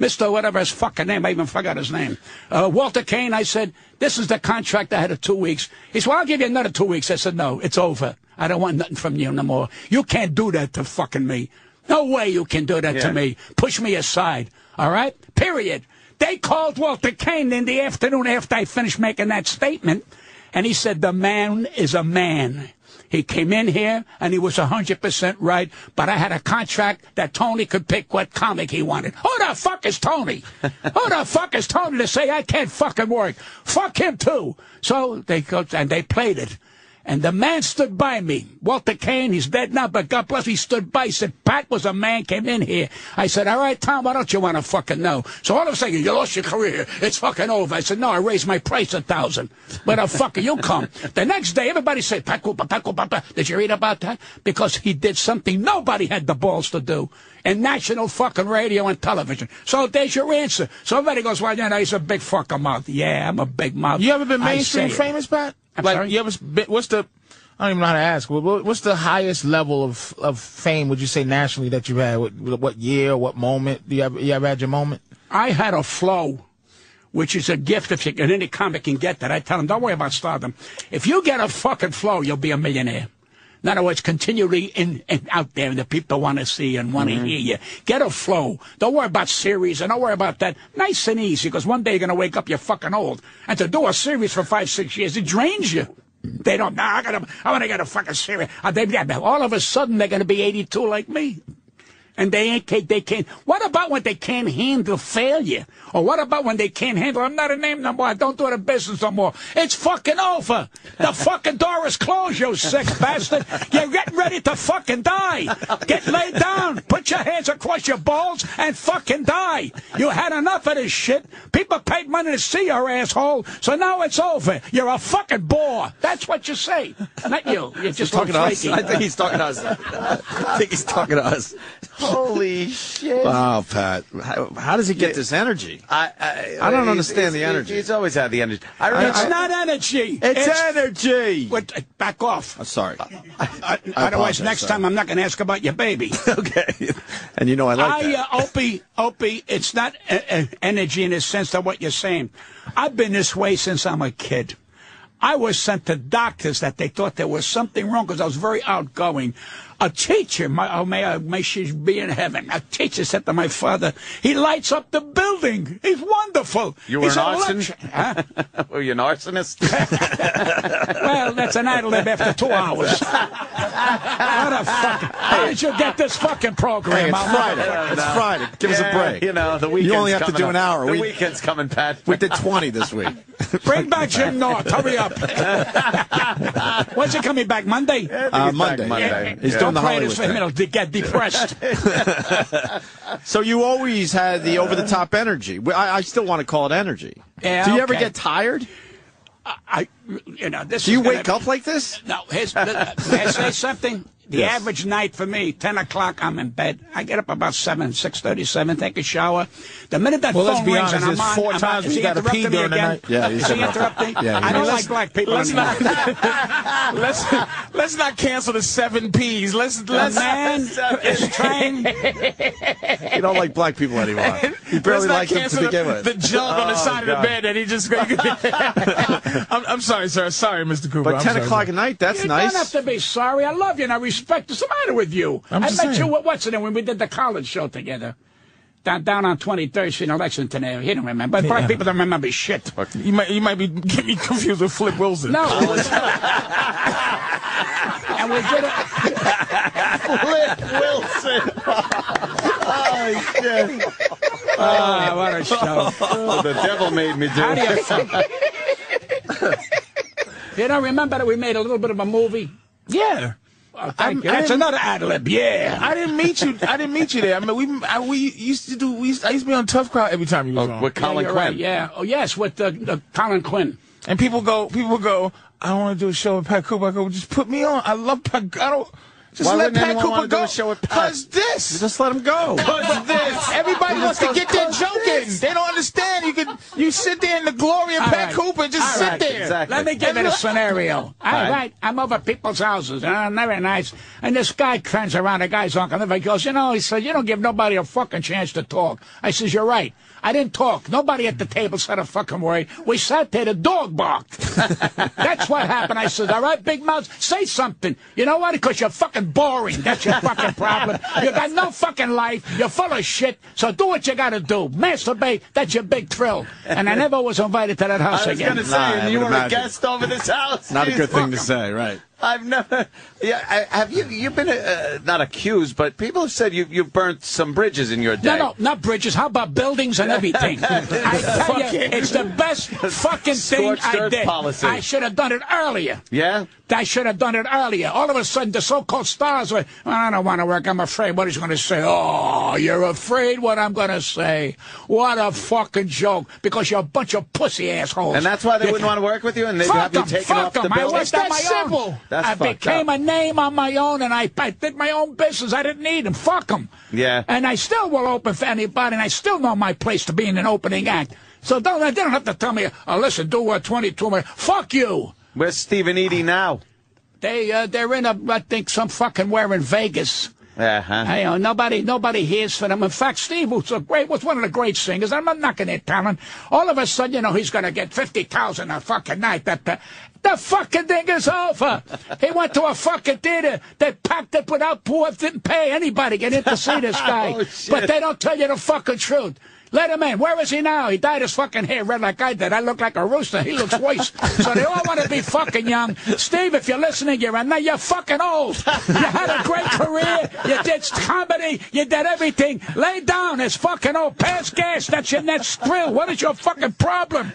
Mister, whatever his fucking name. I even forgot his name. Uh, Walter Kane. I said, this is the contract I had of two weeks. He said, well, I'll give you another two weeks. I said, no, it's over. I don't want nothing from you no more. You can't do that to fucking me. No way you can do that to Yeah. me. Push me aside. All right? Period. They called Walter Kane in the afternoon after I finished making that statement, and he said, The man is a man. He came in here and he was 100% right, but I had a contract that Tony could pick what comic he wanted. Who the fuck is Tony? Who the fuck is Tony to say I can't fucking work? Fuck him too. So they go and they played it. And the man stood by me. Walter Kane, he's dead now, but God bless, he stood by. He said, Pat was a man, came in here. I said, all right, Tom, why don't you want to fucking know? So all of a sudden, you lost your career. It's fucking over. I said, no, I raised my price a thousand. Where the fuck are you come? The next day, everybody said, Paco, pa- Paco, pa- pa. did you read about that? Because he did something nobody had the balls to do in national fucking radio and television. So there's your answer. So everybody goes, well, you know, he's a big fucking mouth. Yeah, I'm a big mouth. You ever been I mainstream say it. famous, Pat? I'm like sorry? you ever been, what's the I don't even know how to ask. What- what- What's the highest level of, of fame would you say nationally that you had? What, what year? What moment? Do you ever, you ever had your moment? I had a flow which is a gift if you, and any comic can get that. I tell them, don't worry about stardom. If you get a fucking flow, you'll be a millionaire. In other words, continually in and out there, and the people want to see and want to hear you. Get a flow. Don't worry about series and don't worry about that. Nice and easy, because one day you're going to wake up, you're fucking old. And to do a series for five, six years, it drains you. They don't, nah, I gotta, I wanna get a fucking series. Uh, they- they- All of a sudden, they're going to be 82 like me and they ain't ca- they can't. What about when they can't handle failure? Or what about when they can't handle? I'm not a name no more. I don't do the business no more. It's fucking over. The fucking door is closed, you sick bastard. You're getting ready to fucking die. Get laid down. Put your hands across your balls and fucking die. You had enough of this shit. People paid money to see your asshole, so now it's over. You're a fucking bore. That's what you say. Not you. You're just talking to us. flaky. I think he's talking to us. I think he's talking to us. Holy shit. Wow, Pat. How, how does he get this energy? I, uh, I, I don't it's- understand the it's- energy. He's always had the energy. I It's remember. not energy. It's, energy. What, back off. I'm sorry. Otherwise, apologize, next sorry. time I'm not going to ask about your baby. Okay. And you know I like I, that. uh, Opie, Opie, it's not uh, uh, energy in the sense of what you're saying. I've been this way since I'm a kid. I was sent to doctors that they thought there was something wrong because I was very outgoing. A teacher, my, oh, may, I, may she be in heaven. A teacher said to my father, he lights up the building. He's wonderful. You were He's an a arson? lecturer." Huh? Were you an arsonist? Well, that's an ad lib after two hours. what a fucking. How did you get this fucking program? Hey, it's out? Friday. It's Friday. Give us a Yeah, break. You know, the weekend's You only have to coming do up. an hour. The We- weekend's coming, Pat. We did 20 this week. Bring back Jim North. Hurry up. When's he coming back? Monday? Uh, back Monday. Monday. He's Yeah. doing Don't the play Hollywood this for him. thing. It'll de- get depressed. So you always had the over-the-top energy. Well, I, I still want to call it energy. Yeah, do you ever okay. get tired? I, you know, this Do you is gonna- wake up like this? No, here's, may I say something? The average night for me, 10 o'clock, I'm in bed. I get up about 7, 6.30, 7, take a shower. The minute that Well, phone let's be rings honest, and I'm there's on, four I'm times on. Is we he gotta pee interrupting me during the again? night. Yeah, he's is he interrupting. interrupting? Yeah, he I don't is. like black people Let's anymore. not let's let's not cancel the seven P's. Let's A let's man is trying You don't like black people anymore. You Let's barely not liked them cancel to begin the, with. Oh, the junk on the side of God. the bed that he just. I'm, I'm sorry, sir. Sorry, Mr. Cooper. but I'm 10 sorry, o'clock sir. at night, that's You nice. don't have to be sorry. I love you and I respect you. What's the matter with you? I'm I just met you saying. at what's it when we did the college show together. Down, down on 23rd Street in Lexington area. He don't remember. Black people don't remember shit. You might you might be getting me confused with Flip Wilson. No. and we did it. Wilson. Ah, Oh, what a show. the devil made me do How do it. you You don't remember that we made a little bit of a movie? Yeah. Oh, thank I'm- you. I That's didn't- another ad lib, yeah. I didn't meet you. I didn't meet you there. I mean, we I, we used to do. We used, I used to be on Tough Crowd every time you was on. With Colin You're Quinn. right, yeah. Oh, yes, with uh, uh, Colin Quinn. And people go, people go. I don't want to do a show with Pat Cooper. I go, just put me on. I love Pat. I don't. Just Why let wouldn't Pat anyone Cooper wanna do go. a show with Pat? Cause this. Just let him go. Cause this. Everybody wants to get their junk in. They don't understand. You could. You sit there in the glory of All Pat right. Cooper and just All sit right, there. exactly. Let me give you a scenario. All right, I'm over people's houses, and I'm very nice. And this guy turns around, a guy's uncle, and he goes, you know, he says, you don't give nobody a fucking chance to talk. I says, you're right. I didn't talk. Nobody at the table said a fucking word. We sat there, the dog barked. That's what happened. I said, all right, big mouth, say something. You know what? Because you're fucking boring. That's your fucking problem. You got no fucking life. You're full of shit. So do what you got to do. Masturbate. That's your big thrill. And I never was invited to that house I was again. going to say, Nah, I and you would were a imagine. guest over this house. Not a Jeez. good thing to say, right? I've never. Yeah, I, have you? You've been uh, not accused, but people have said you you burnt some bridges in your No, day. no, not bridges. How about buildings and everything? I tell you, it's the best fucking thing Scorched I earth did. policy. I should have done it earlier. Yeah. I should have done it earlier. All of a sudden, the so-called stars were, well, I don't want to work. I'm afraid what he's going to say. Oh, you're afraid what I'm going to say. What a fucking joke. Because you're a bunch of pussy assholes. And that's why they You- wouldn't want to work with you, and they'd Fuck have you them, taken off fuck the them. I bill. worked on that my own. simple. That's I fucked became up. a name on my own, and I, I did my own business. I didn't need them. Fuck them. Yeah. And I still will open for anybody, and I still know my place to be in an opening act. So don't they don't have to tell me, oh, listen, do uh, 22 minutes. Fuck you. Where's Stephen Eady now? They uh, they're in a I think some fucking where in Vegas. Uh-huh. You know, nobody, nobody hears for them. In fact, Steve, who's a great, was one of the great singers. I'm not knocking their talent. All of a sudden, you know, he's going to get fifty thousand a fucking night. That the, the fucking thing is over. he went to a fucking theater that packed it without poor didn't pay anybody get in to see this guy. Oh, shit. but they don't tell you the fucking truth. Let him in. Where is he now? He dyed his fucking hair red like I did. I look like a rooster. He looks worse. so they all want to be fucking young. Steve, if you're listening, you're now you're fucking old. You had a great career. You did comedy. You did everything. Lay down. It's fucking old. Pass gas. That's your next thrill. What is your fucking problem?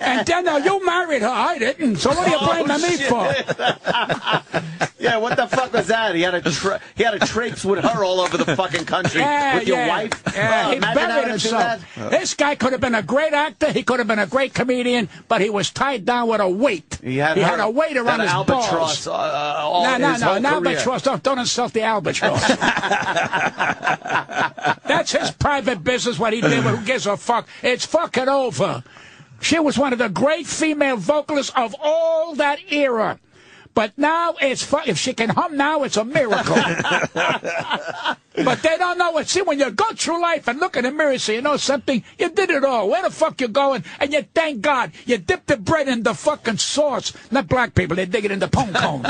And then now you married her. I didn't. So what are you Oh, blaming me for? Yeah, what the fuck was that? He had a tra- he had a traipse with her all over the fucking country Yeah, with your yeah. wife. Yeah, Oh, he imagine buried having to do himself. that. This guy could have been a great actor. He could have been a great comedian, but he was tied down with a weight. He had, her- a weight around that his albatross. balls. Uh, uh, all No, no, his no, whole an career. albatross. Don't, don't insult the albatross. That's his private business, what he did, but who gives a fuck? It's fucking over. She was one of the great female vocalists of all that era. But now it's fu- if she can hum now, it's a miracle. but they don't know it. See, when you go through life and look in the mirror, and say, you know something, you did it all. Where the fuck you going? And you thank God you dipped the bread in the fucking sauce. Not black people; they dig it in the pone cone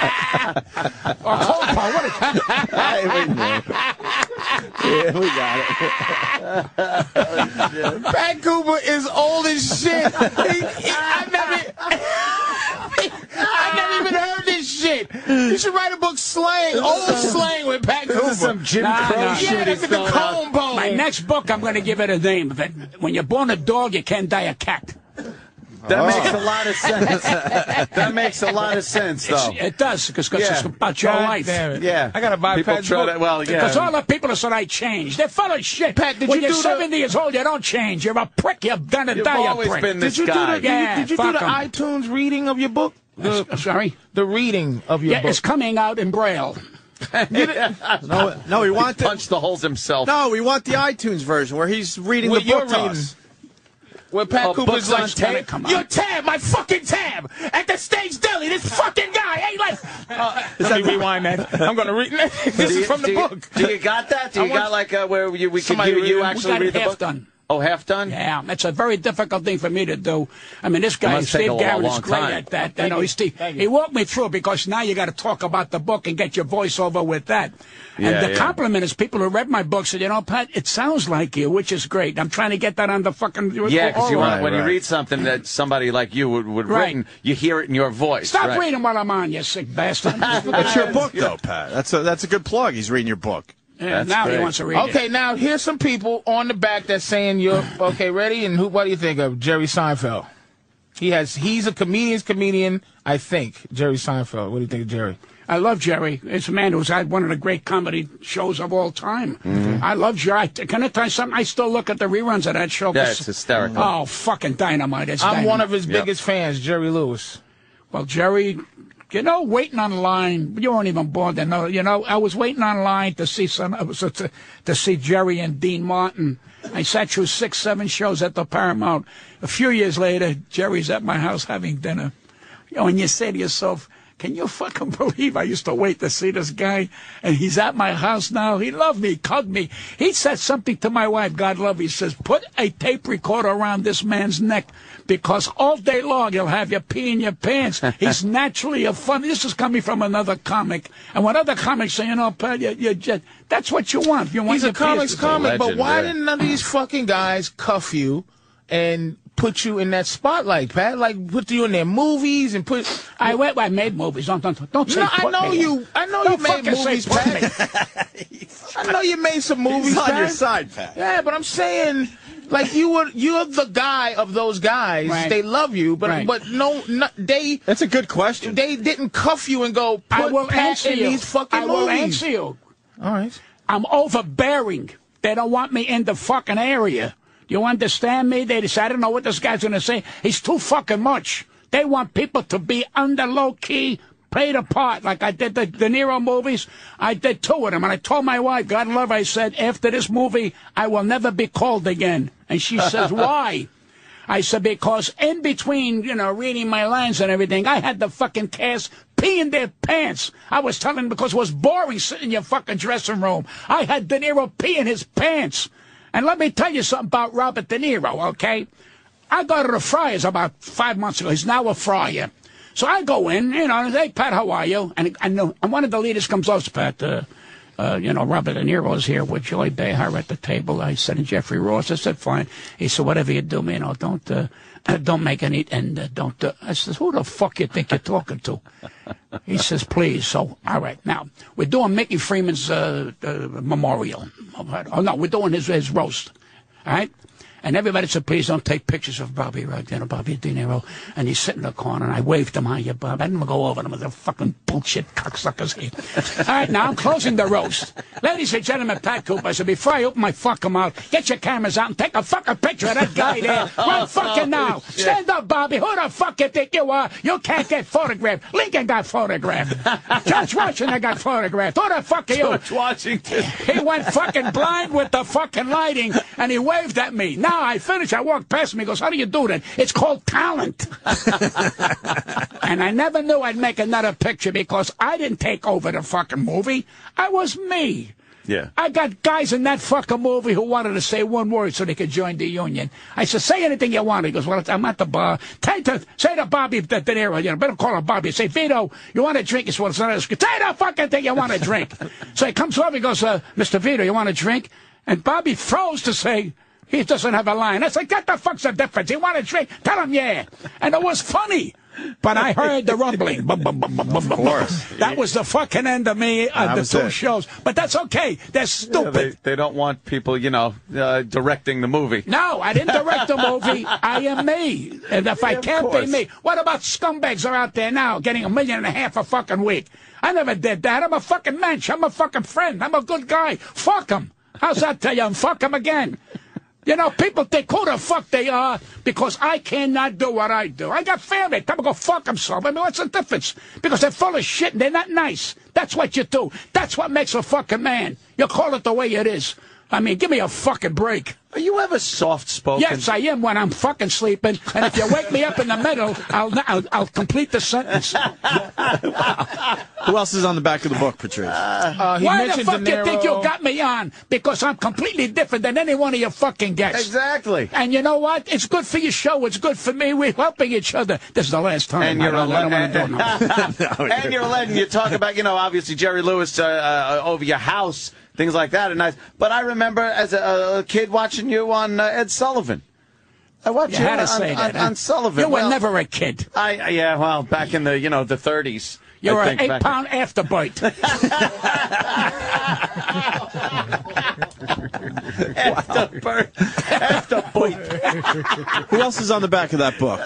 or cold pone. What is Yeah, we got it. Pat Cooper is old as shit. He- he- I never, I never even heard this shit. You should write a book slang, old slang with Pat Cooper. This is some Jim Nah, Crow nah. shit. yeah, he's that's the going on. cone bone. My next book, I'm going to give it a name. Of it. When you're born a dog, you can't die a cat. That makes a lot of sense. that makes a lot of sense, It's, though. It does, because it's Oh. Yeah. about your God life. damn it. Yeah, I gotta buy People Pat's try book. to- well, yeah. Because all the people are saying I changed. They're full of shit. Pat, did when you are do the- 70 years old, you don't change. You're a prick. You're gonna You've die a always prick. been this Did you do guy. the, did you, Yeah, did you do fuck the 'em. iTunes reading of your book? The, I'm sorry. the reading of your Yeah, book. it's coming out in Braille. No, no, we want the Punch Oh, the holes himself. no, we want the iTunes version where he's reading Where the you're book to reading. us. Where Pat Oh, Cooper's books on like, tape? "Hey, Come on." your tab, my fucking tab, at the stage deli. This fucking guy ain't like. Uh, let me rewind that. I'm gonna read. this Do you- is from the do you- book. Do you got that? Do I you want- got like uh, where you, we can Somebody hear read you it. We actually got it read the half book? done. Oh, half done. Yeah, it's a very difficult thing for me to do. I mean, this guy, must take a Steve long, Garrett, is long great time. at that. You know, he's Steve, he walked me through because now you got to talk about the book and get your voice over with that. Yeah, and the yeah. compliment is people who read my book said, you know, Pat, it sounds like you, which is great. I'm trying to get that on the fucking. Yeah, because you want oral. Right, when you right. read something that somebody like you would, would oh, Right. written, you hear it in your voice. Stop right. reading while I'm on, you sick bastard. It's your book, though, Pat. That's a that's a good plug. He's reading your book. Yeah, now great. he wants to read it. Okay, now here's some people on the back that's saying you're okay. Ready? And who? What do you think of Jerry Seinfeld? He has. He's a comedian's comedian, I think. Jerry Seinfeld. What do you think of Jerry? I love Jerry. It's a man who's had one of the great comedy shows of all time. Mm-hmm. I love Jerry. I- Can I tell you something? I still look at the reruns of that show. Yeah, it's hysterical. Oh, fucking dynamite. It's I'm dynamite. one of his Yep. biggest fans, Jerry Lewis. Well, Jerry, you know, waiting on line. You weren't even born then. No, you know, I was waiting on line to see some uh, so to, to see Jerry and Dean Martin. I sat through six, seven shows at the Paramount. A few years later, Jerry's at my house having dinner. You know, and you say to yourself, "Can you fucking believe I used to wait to see this guy, and he's at my house now? He loved me, hugged me. He said something to my wife. God love. her, He says, put a tape recorder around this man's neck." because all day long you'll have your pee in your pants. He's naturally a fun. This is coming from another comic, and when other comics say, "You know, pal, you, you just that's what you want. You want He's your a comics penis to- comic, but legend, why yeah. didn't none of these fucking guys cuff you and put you in that spotlight, Pat? Like put you in their movies and put. I went. I made movies. Don't don't don't say. No, I put know me. you. I know Don't you made fucking movies, say put me. Pat. I know you made some movies. He's on Pat. your side, Pat. Yeah, but I'm saying, like you were, you're the guy of those guys. Right. They love you, but Right. but no, no, they That's a good question. they didn't cuff you and go put I will Pat answer in you. these fucking I movies. will answer you. All right. I'm overbearing. They don't want me in the fucking area. You understand me? They just, I don't know what this guy's going to say. He's too fucking much. They want people to be under low key, played a part. Like I did the De Niro movies. I did two of them. And I told my wife, God love, her, I said, after this movie, I will never be called again. And she says, why? I said, because in between, you know, reading my lines and everything, I had the fucking cast peeing their pants. I was telling them because it was boring sitting in your fucking dressing room. I had De Niro peeing his pants. And let me tell you something about Robert De Niro, okay? I go to the Friars about five months ago. He's now a Friar. So I go in, you know, and I say, hey, Pat, how are you? And, and, and one of the leaders comes up, Pat, uh, uh, you know, Robert De Niro is here with Joy Behar at the table. I said, and Jeffrey Ross. I said, fine. He said, whatever you do, man, oh, don't, uh, don't make any, and uh, don't, uh, I says, who the fuck you think you're talking to? He says, please. So, all right. Now, we're doing Mickey Freeman's, uh, uh memorial. Oh, no, we're doing his, his roast. All right? And everybody said, please don't take pictures of Bobby Rock, you know, Bobby De Niro. And he's sitting in the corner, and I waved him, hiya, Bob. I didn't go over to him. They're fucking bullshit cocksuckers here. All right, now I'm closing the roast. Ladies and gentlemen, Pat Cooper, I said, before I open my fucking mouth, get your cameras out and take a fucking picture of that guy there. Right fucking now. Stand up, Bobby. Who the fuck you think you are? You can't get photographed. Lincoln got photographed. George Washington got photographed. Who the fuck are you? George Washington. He went fucking blind with the fucking lighting, and he waved at me. Now I finish. I walk past him. He goes, "How do you do that?" It's called talent. and I never knew I'd make another picture because I didn't take over the fucking movie. I was me. Yeah. I got guys in that fucking movie who wanted to say one word so they could join the union. I said, say anything you want. He goes, well, I'm at the bar. Take to, say to Bobby De De Niro, you know, better call him Bobby. Say, Vito, you want a drink? He says, well, it's not a Say the fucking thing you want to drink. so he comes over, he goes, uh, Mr. Vito, you want a drink? And Bobby froze to say, he doesn't have a line. I said, get the fuck's the difference? You want a drink? Tell him yeah. And it was funny. But I heard the rumbling. Bum, bum, bum, bum, bum, bum. course. That was the fucking end of me That on the was two it. shows. But that's okay. They're Yeah, stupid. they, they don't want people, you know, uh, directing the movie. No, I didn't direct the movie. I am me. And if I Yeah, of can't course. be me, what about scumbags are out there now getting a million and a half a fucking week? I never did that. I'm a fucking mensch. I'm a fucking friend. I'm a good guy. Fuck them. How's that tell you? And fuck them again. You know, people think who the fuck they are because I cannot do what I do. I got family. Tell them to go fuck themselves. I mean, what's the difference? Because they're full of shit and they're not nice. That's what you do. That's what makes a fucking man. You call it the way it is. I mean, give me a fucking break. Are you ever soft spoken? Yes, I am when I'm fucking sleeping. And if you wake me up in the middle, I'll I'll, I'll complete the sentence. Uh, Who else is on the back of the book, Patrice? Uh, he Why the mentioned fuck De you think you Niro. got me on? Because I'm completely different than any one of your fucking guests. Exactly. And you know what? It's good for your show. It's good for me. We're helping each other. This is the last time. And you're I don't, I don't a- want to do no more. and you're letting you talk about, you know, obviously Jerry Lewis uh, uh, over your house, things like that. And I, but I remember as a, a kid watching you on uh, Ed Sullivan. I watched You you, had on, to say on, that. huh? on Sullivan. You were Well, never a kid. I I- yeah, well, back in the you know the 30s. You were I an think, back- eight-pound afterbite. After birth, after birth. Who else is on the back of that book?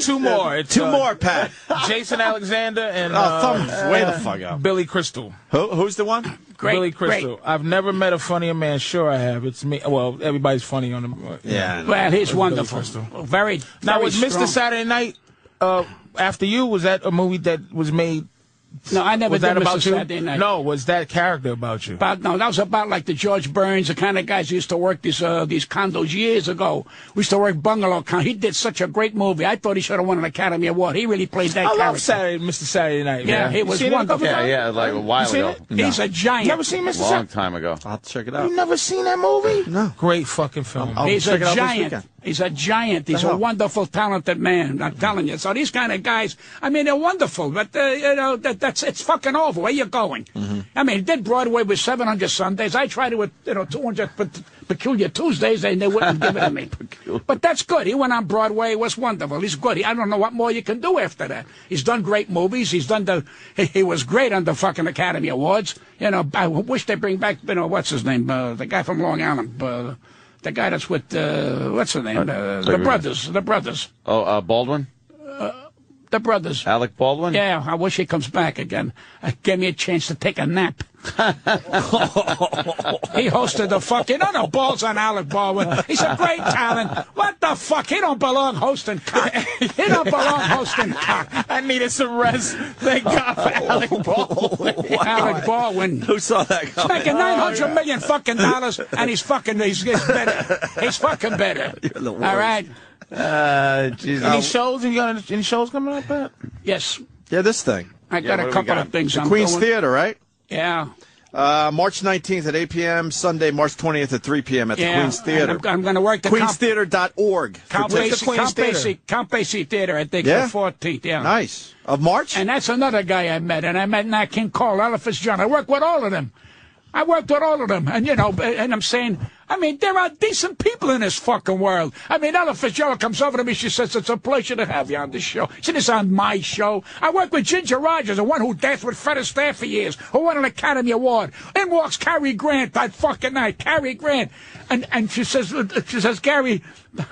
Two more. It's, Two uh, more, Pat. Jason Alexander and Oh, uh, thumb, way the fuck up. Billy Crystal. Who, who's the one? Great, Billy great. Crystal. I've never met a funnier man. Sure, I have. It's me. Well, everybody's funny on the. uh, Yeah. Well, he's Billy wonderful. Crystal. Very, Now, very was Mr. strong. Saturday Night uh, after you? Was that a movie that was made? No, I never was did that Mr. about you? Saturday Night. No, was that character about you? about no, that was about like the George Burns, the kind of guys who used to work these uh, these condos years ago. We used to work bungalow condos. He did such a great movie. I thought he should have won an Academy Award. He really played that I character. love Saturday, Mr. Saturday Night. Yeah, man. it You was seen a couple wonderful. Yeah, times? yeah, like a You while seen ago. it? He's a giant. Never seen Mr. Long Saturday. time ago. I'll have to check it You out. never seen that movie? No. Great fucking film. I'll Oh, He's a check it out this giant. weekend. He's a giant. He's a hell? wonderful, talented man. I'm telling you. So these kind of guys, I mean, they're wonderful, but uh, you know that, that's it's fucking over. Where you going? Mm-hmm. I mean, he did Broadway with 700 Sundays. I tried it with you know 200 pe- peculiar Tuesdays, and they wouldn't give it to me. But that's good. He went on Broadway. It was wonderful. He's good. He, I don't know what more you can do after that. He's done great movies. He's done the. He, he was great on the fucking Academy Awards. You know, I wish they bring back you know what's his name, uh, the guy from Long Island. Uh, the guy that's with uh, what's the name? Uh, the brothers. The brothers. Oh, uh, Baldwin, The brothers. Alec Baldwin. Yeah, I wish he comes back again. Uh, give me a chance to take a nap. he hosted the fucking. No, no, balls on Alec Baldwin. He's a great talent. What the fuck? He don't belong hosting cock. He don't belong hosting cock. I needed some rest. Thank God for Alec Baldwin. Alec Baldwin. Who saw that He's coming? making nine hundred million fucking dollars, and he's fucking he's, he's better. He's fucking better. the worst. All right. Uh, geez. Any shows? You got any- any shows coming up, Pat? Yes, Yeah, this thing. I got a we couple got? of things. The I'm Queen's doing. Theater, right? Yeah, Uh, March 19th at 8 p.m. Sunday, March 20th at 3 p.m. at the yeah. Queen's Theater. And I'm, going to work the Comp- Queen'sTheater.org. for Count tickets. Basie, Queen's Count Theater. Basie, Count Basie Theater, I think, Yeah. the 14th, yeah. Nice. Of March? And that's another guy I met, and I met Nat King Cole, Ella Fitzgerald. I worked with all of them. I worked with all of them, and you know, and I'm saying, I mean, there are decent people in this fucking world. I mean, Ella Fitzgerald comes over to me, she says, it's a pleasure to have you on the show. She said, it's on my show. I worked with Ginger Rogers, the one who danced with Fred Astaire for years, who won an Academy Award. In walks Cary Grant that fucking night, Cary Grant. And, and she says, she says, Gary,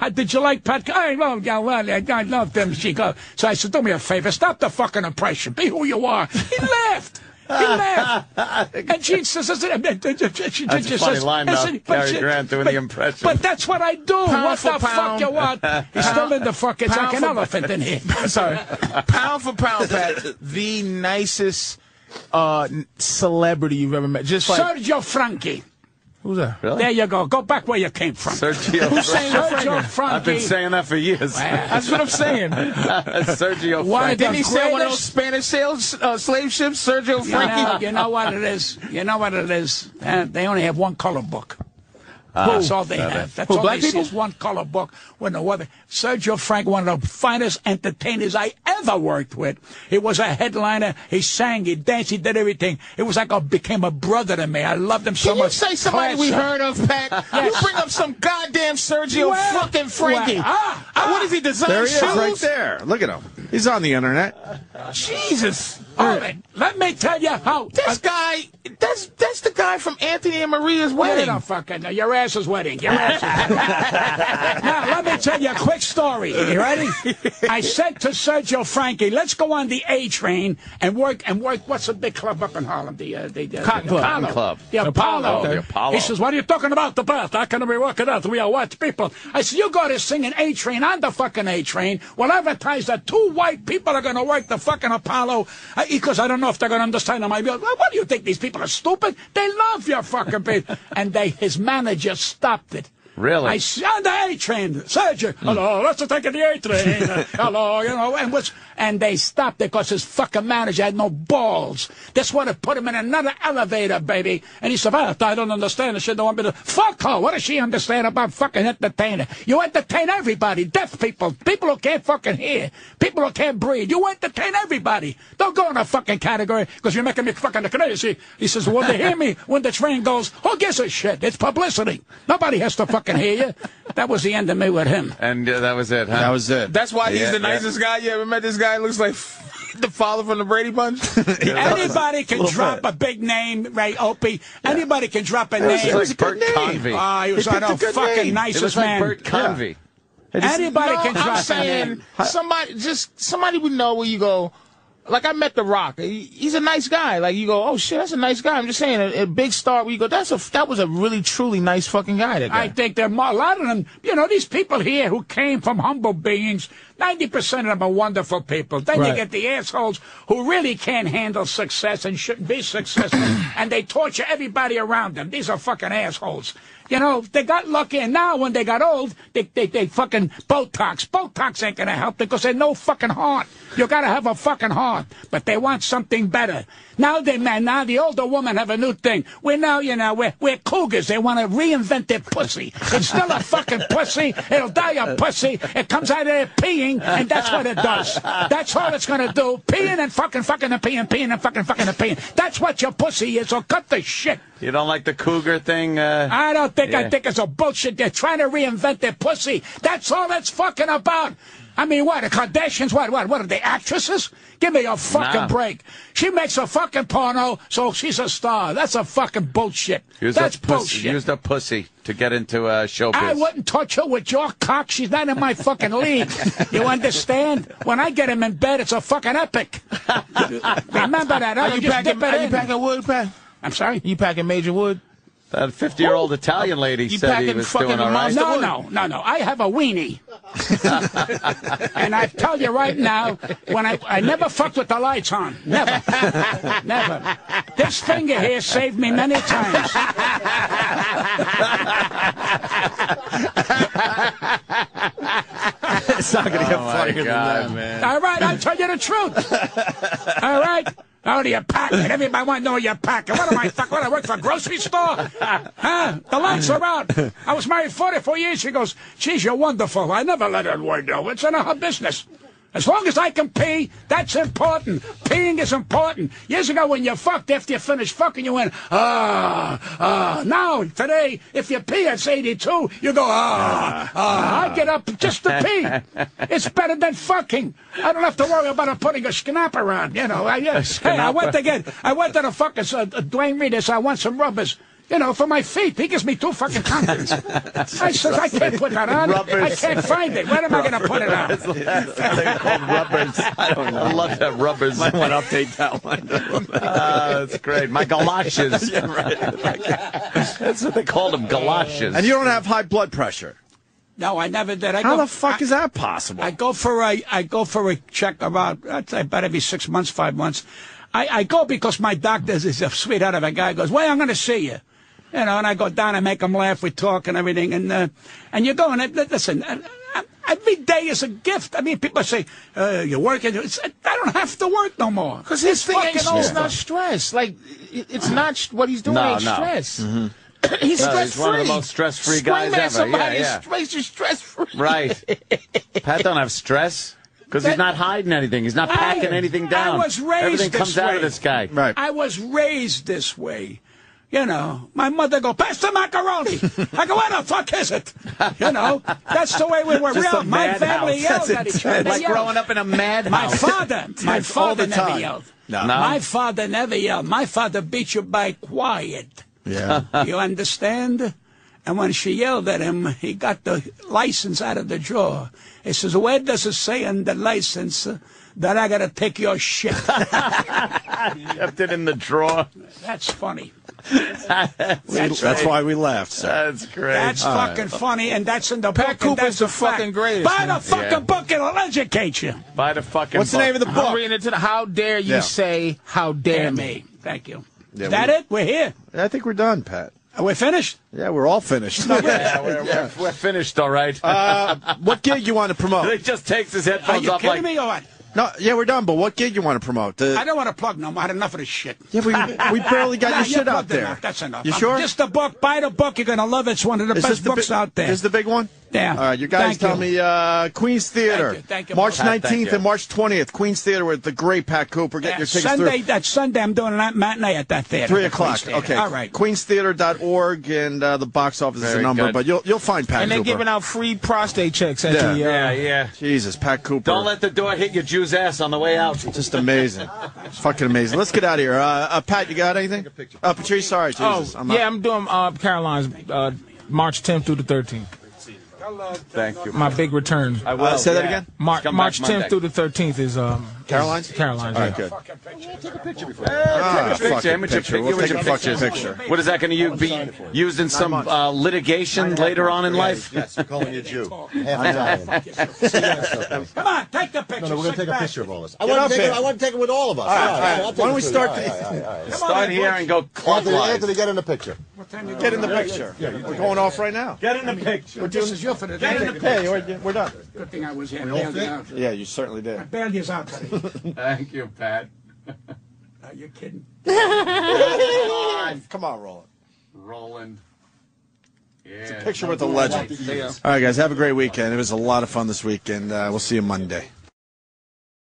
how- did you like Pat? I love, yeah, well, I, I love them. She goes, so I said, do me a favor, stop the fucking impression. Be who you are. He laughed. He laughed. and she says, uh, she That's a just funny says, line, though, listen, but Cary she- Grant doing but- the impression. But that's what I do. what for the fuck pound. you want? He's still in the fuck. It's Pound like an for- elephant in here. Sorry. pound for pound, Pat, the nicest uh, n- celebrity you've ever met. Just like Sergio Franchi. who's that? There you go. Go back where you came from. Sergio. saying Franco. that? Sergio I've been Franchi. saying that for years. That's what I'm saying. Sergio. Why Franco. Didn't he say one of those greatest- Spanish sales, uh, slave ships, Sergio You know, Frankie? you know what it is. You know what it is. Uh, they only have one color book. That's all they have. That's Who, all black they see people? is one color book with no other. Sergio Frank, one of the finest entertainers I ever worked with. He was a headliner. He sang, he danced, he did everything. It was like I became a brother to me. I loved him so Can you much. say somebody we Class- heard of, Pat? Yes. You bring up some goddamn Sergio Well, fucking Frankie. well, ah, Uh, what is he design there he shoes? is, right there. Look at him. He's on the internet. Jesus. All right, let me tell you how. This guy, that's that's the guy from Anthony and Maria's wedding. Wait a fucking your ass is wetting. Your ass is now let me tell you a quick story. You ready? I said to Sergio Frankie, let's go on the A train and work and work. What's a big club up in Harlem? The uh, the, the Cotton the Club. Apollo. Cotton Club. The Apollo. Apollo, the Apollo. He says, "What are you talking about the bath? How can we work it out? We are white people." I said, "You go to sing an A train on the fucking A train. We'll advertise that two white people are going to work the fucking Apollo uh, because I don't know if they're going to understand my bill. What do you think? These people are stupid. They love your fucking beat." and they, his manager stopped it. Really? I s- on the A train, Sergio. Hello, let's take the A train. Uh, hello, you know, and what's and they stopped it because his fucking manager had no balls. That's why they put him in another elevator, baby. And he said, "Well, I don't understand. She don't want me to fuck her. What does she understand about fucking entertainer? You entertain everybody, deaf people, people who can't fucking hear, people who can't breathe. You entertain everybody. Don't go in a fucking category because you're making me fucking crazy." He says, "Well, they hear me when the train goes. Who gives a shit? It's publicity. Nobody has to fucking hear you." That was the end of me with him. And uh, that was it, huh? That was it. That's why Yeah, he's the yeah. nicest guy you ever met. This guy looks like the father from the Brady Bunch. Anybody can drop a big name, Ray Opie. Anybody can drop a name. It was like Bert Convey. Ah, he was He one picked a of the good fucking name. It nicest was like man. Bert Convey. Anybody No, can drop I'm a saying name. somebody, just somebody we know where you go. Like I met The Rock. He- He's a nice guy. Like you go, oh shit, that's a nice guy. I'm just saying, a, a big star. Where you go, that's a that was a really truly nice fucking guy. That guy. I think there are more, a lot of them. You know, these people here who came from humble beings, 90% of them are wonderful people. Then you Right. get the assholes who really can't handle success and shouldn't be successful, and they torture everybody around them. These are fucking assholes. You know, they got lucky, and now when they got old, they, they, they fucking Botox. Botox ain't gonna help because they're no fucking heart. You gotta have a fucking heart, but they want something better. Now they man, now the older women have a new thing. We're now, you know, we're, we're cougars. They want to reinvent their pussy. It's still a fucking pussy. It'll die a pussy. It comes out of there peeing, and that's what it does. That's all it's gonna do. Peeing and fucking, fucking and peeing, peeing and fucking, fucking and peeing. That's what your pussy is. So cut the shit. You don't like the cougar thing? Uh, I don't think Yeah. I think it's a bullshit. They're trying to reinvent their pussy. That's all that's fucking about. I mean, what? The Kardashians? What? What? What are they actresses? Give me a fucking Nah. break. She makes a fucking porno, so she's a star. That's a fucking bullshit. used that's a pussy, bullshit. Used a pussy to get into uh, showbiz. I wouldn't touch her with your cock. She's not in my fucking league. You understand? When I get him in bed, it's a fucking epic. Remember that? Are I you just packing? dip it Are you in. packing wood, Pat? I'm sorry. You packing major wood? That 50 year old Italian lady You said he packing was fucking doing all right. monster- No, Wood. no, no, no. I have a weenie. and I tell you right now, when I I never fucked with the lights on. Never. never. This finger here saved me many times. it's not going to get funnier than God, that, Oh man. All right, I'll tell you the truth. All right. Oh, Out of your pocket. Everybody want to know your pocket. What am I, fuck, what, I work for a grocery store? Huh? The lights are out. I was married 44 years. She goes, geez, you're wonderful. I never let her word know. It's none of her business. As long as I can pee, that's important. Peeing is important. Years ago, when you fucked, after you finished fucking, you went, ah, ah. Now, today, if you pee, it's 82, you go, ah, ah. I get up just to pee. It's better than fucking. I don't have to worry about putting a schnapper on, you know. I, yeah. hey, I went to get, I went to the fucking uh, Dwayne Reedus, I want some rubbers. You know, for my feet, he gives me two fucking condoms. I says, I can't put that on. I can't find it. Where am I going to put it on? rubbers. I don't know. I love that rubbers. Might want to update that one. that's great. My galoshes. that's what they called them, galoshes. And you don't have high blood pressure. No, I never did. I How go, the fuck I, is that possible? I go for a I go for a check about I'd say about every six months, five months. I, I go because my doctor is a sweetheart of a guy. Goes, well, I'm going to see you, you know. And I go down, I make him laugh, we talk and everything, and uh, and you go and I, listen. I, I, every day is a gift. I mean, people say uh, you're working. It's, I don't have to work no more. Because his thing ain't fucking no, it's over. not stress. Like it- it's not sh- what he's doing No, ain't no. Mm-hmm. stress. he's No, stress he's one of the free. most stress-free guys Scream ever. at somebody Yeah, yeah. is stress- He's stress free. Right. Pat don't have stress because he's That- not hiding anything. He's not I- packing anything down. I was raised Everything this comes out of way. this guy. Right. I was raised this way. You know, my mother go, pass the macaroni. I go, what the fuck is it? You know, that's the way we were Just a raised. My family madhouse. yelled That's at each other. intense. Like They yelled. growing up in a madhouse. My father, my father never yelled. No. No. My father never yelled. My father beat you by quiet. Yeah. You understand? And when she yelled at him, he got the license out of the drawer. He says, where does it say in the license uh, that I got to take your shit? Kept it in the drawer. That's funny. That's, why we laughed, sir. That's great. That's fucking funny, and that's in the Pat book. and Cooper's that's the a fact. fucking greatest, Buy man. the fucking Yeah. book, it'll educate you. By the fucking. What's the name of the I'm book? reading it to the. How dare you Yeah. say? How dare Damn me? me. Thank you. Yeah, Is that we- it? We're here. I think we're done, Pat. Are we finished? Yeah, we're all finished. Uh, Yeah, we're, we're, we're finished, all right. what gig you want to he promote? just takes his Are headphones you off kidding like. me or what? No, yeah, we're done. But what gig you want to promote? The- I don't want to plug no more. I had enough of this shit. yeah, we, we barely got Nah, your you shit out plugged there. Enough. That's enough. You I'm- sure? Just the book. Buy the book. You're going to love it. It's one of the Is best the books bi- out there. Is the big one? Yeah. All right, you guys Thank tell you. me uh, Queens Theater. Thank you, thank you, March Pat, thank 19th you. and March 20th, Queens Theater with the great Pat Cooper. Get Yeah, your tickets Sunday, through. that Sunday, I'm doing that matinee at that theater. Three the o'clock. Queens Theater. Okay. All right. Queenstheater.org and uh, the box office is Very a number, good. but you'll you'll find Pat And they're Cooper. giving out free prostate checks at Yeah. the. Uh, Yeah, yeah. Jesus, Pat Cooper. Don't let the door hit your Jew's ass on the way out. Just amazing. Fucking amazing. Let's get out of here. Uh, uh, Pat, you got anything? Uh, Patrice, sorry. Jesus. oh, I'm out. yeah, I'm doing uh, Caroline's uh, March 10th through the 13th. Thank you. My big return. I will. Uh, say that yeah. again? Mar- Come back March 10th Monday. through the 13th is um, Caroline's? Caroline's. All yeah. right, good. fucking Ah, picture, amateur picture. pic- We'll amateur take a fucking picture. picture. What is that going to be used in some uh, litigation later on in life? Yes, we're calling you a Jew. Come on, take the picture. No, no, we're going Sit to take a back. picture of all this. I up want to take here. it. I want to take it with all of us. right, All all right. I'll take Why don't it we too. start All the- right, all right, all right. Start here and go Anthony, Anthony, clockwise. get in the picture. Get in the picture. We're going off right now. Get in the picture. This is your for the day. Hey, we're, we're done. Good thing I was here. Bailed you out. Yeah, you certainly did. Bailed you out today. Thank you, Pat. Are you kidding? Come on, roll it. Roland. Yeah. Picture with the legend. All right, guys, have a great weekend. It was a lot of fun this weekend. Uh, we'll see you Monday.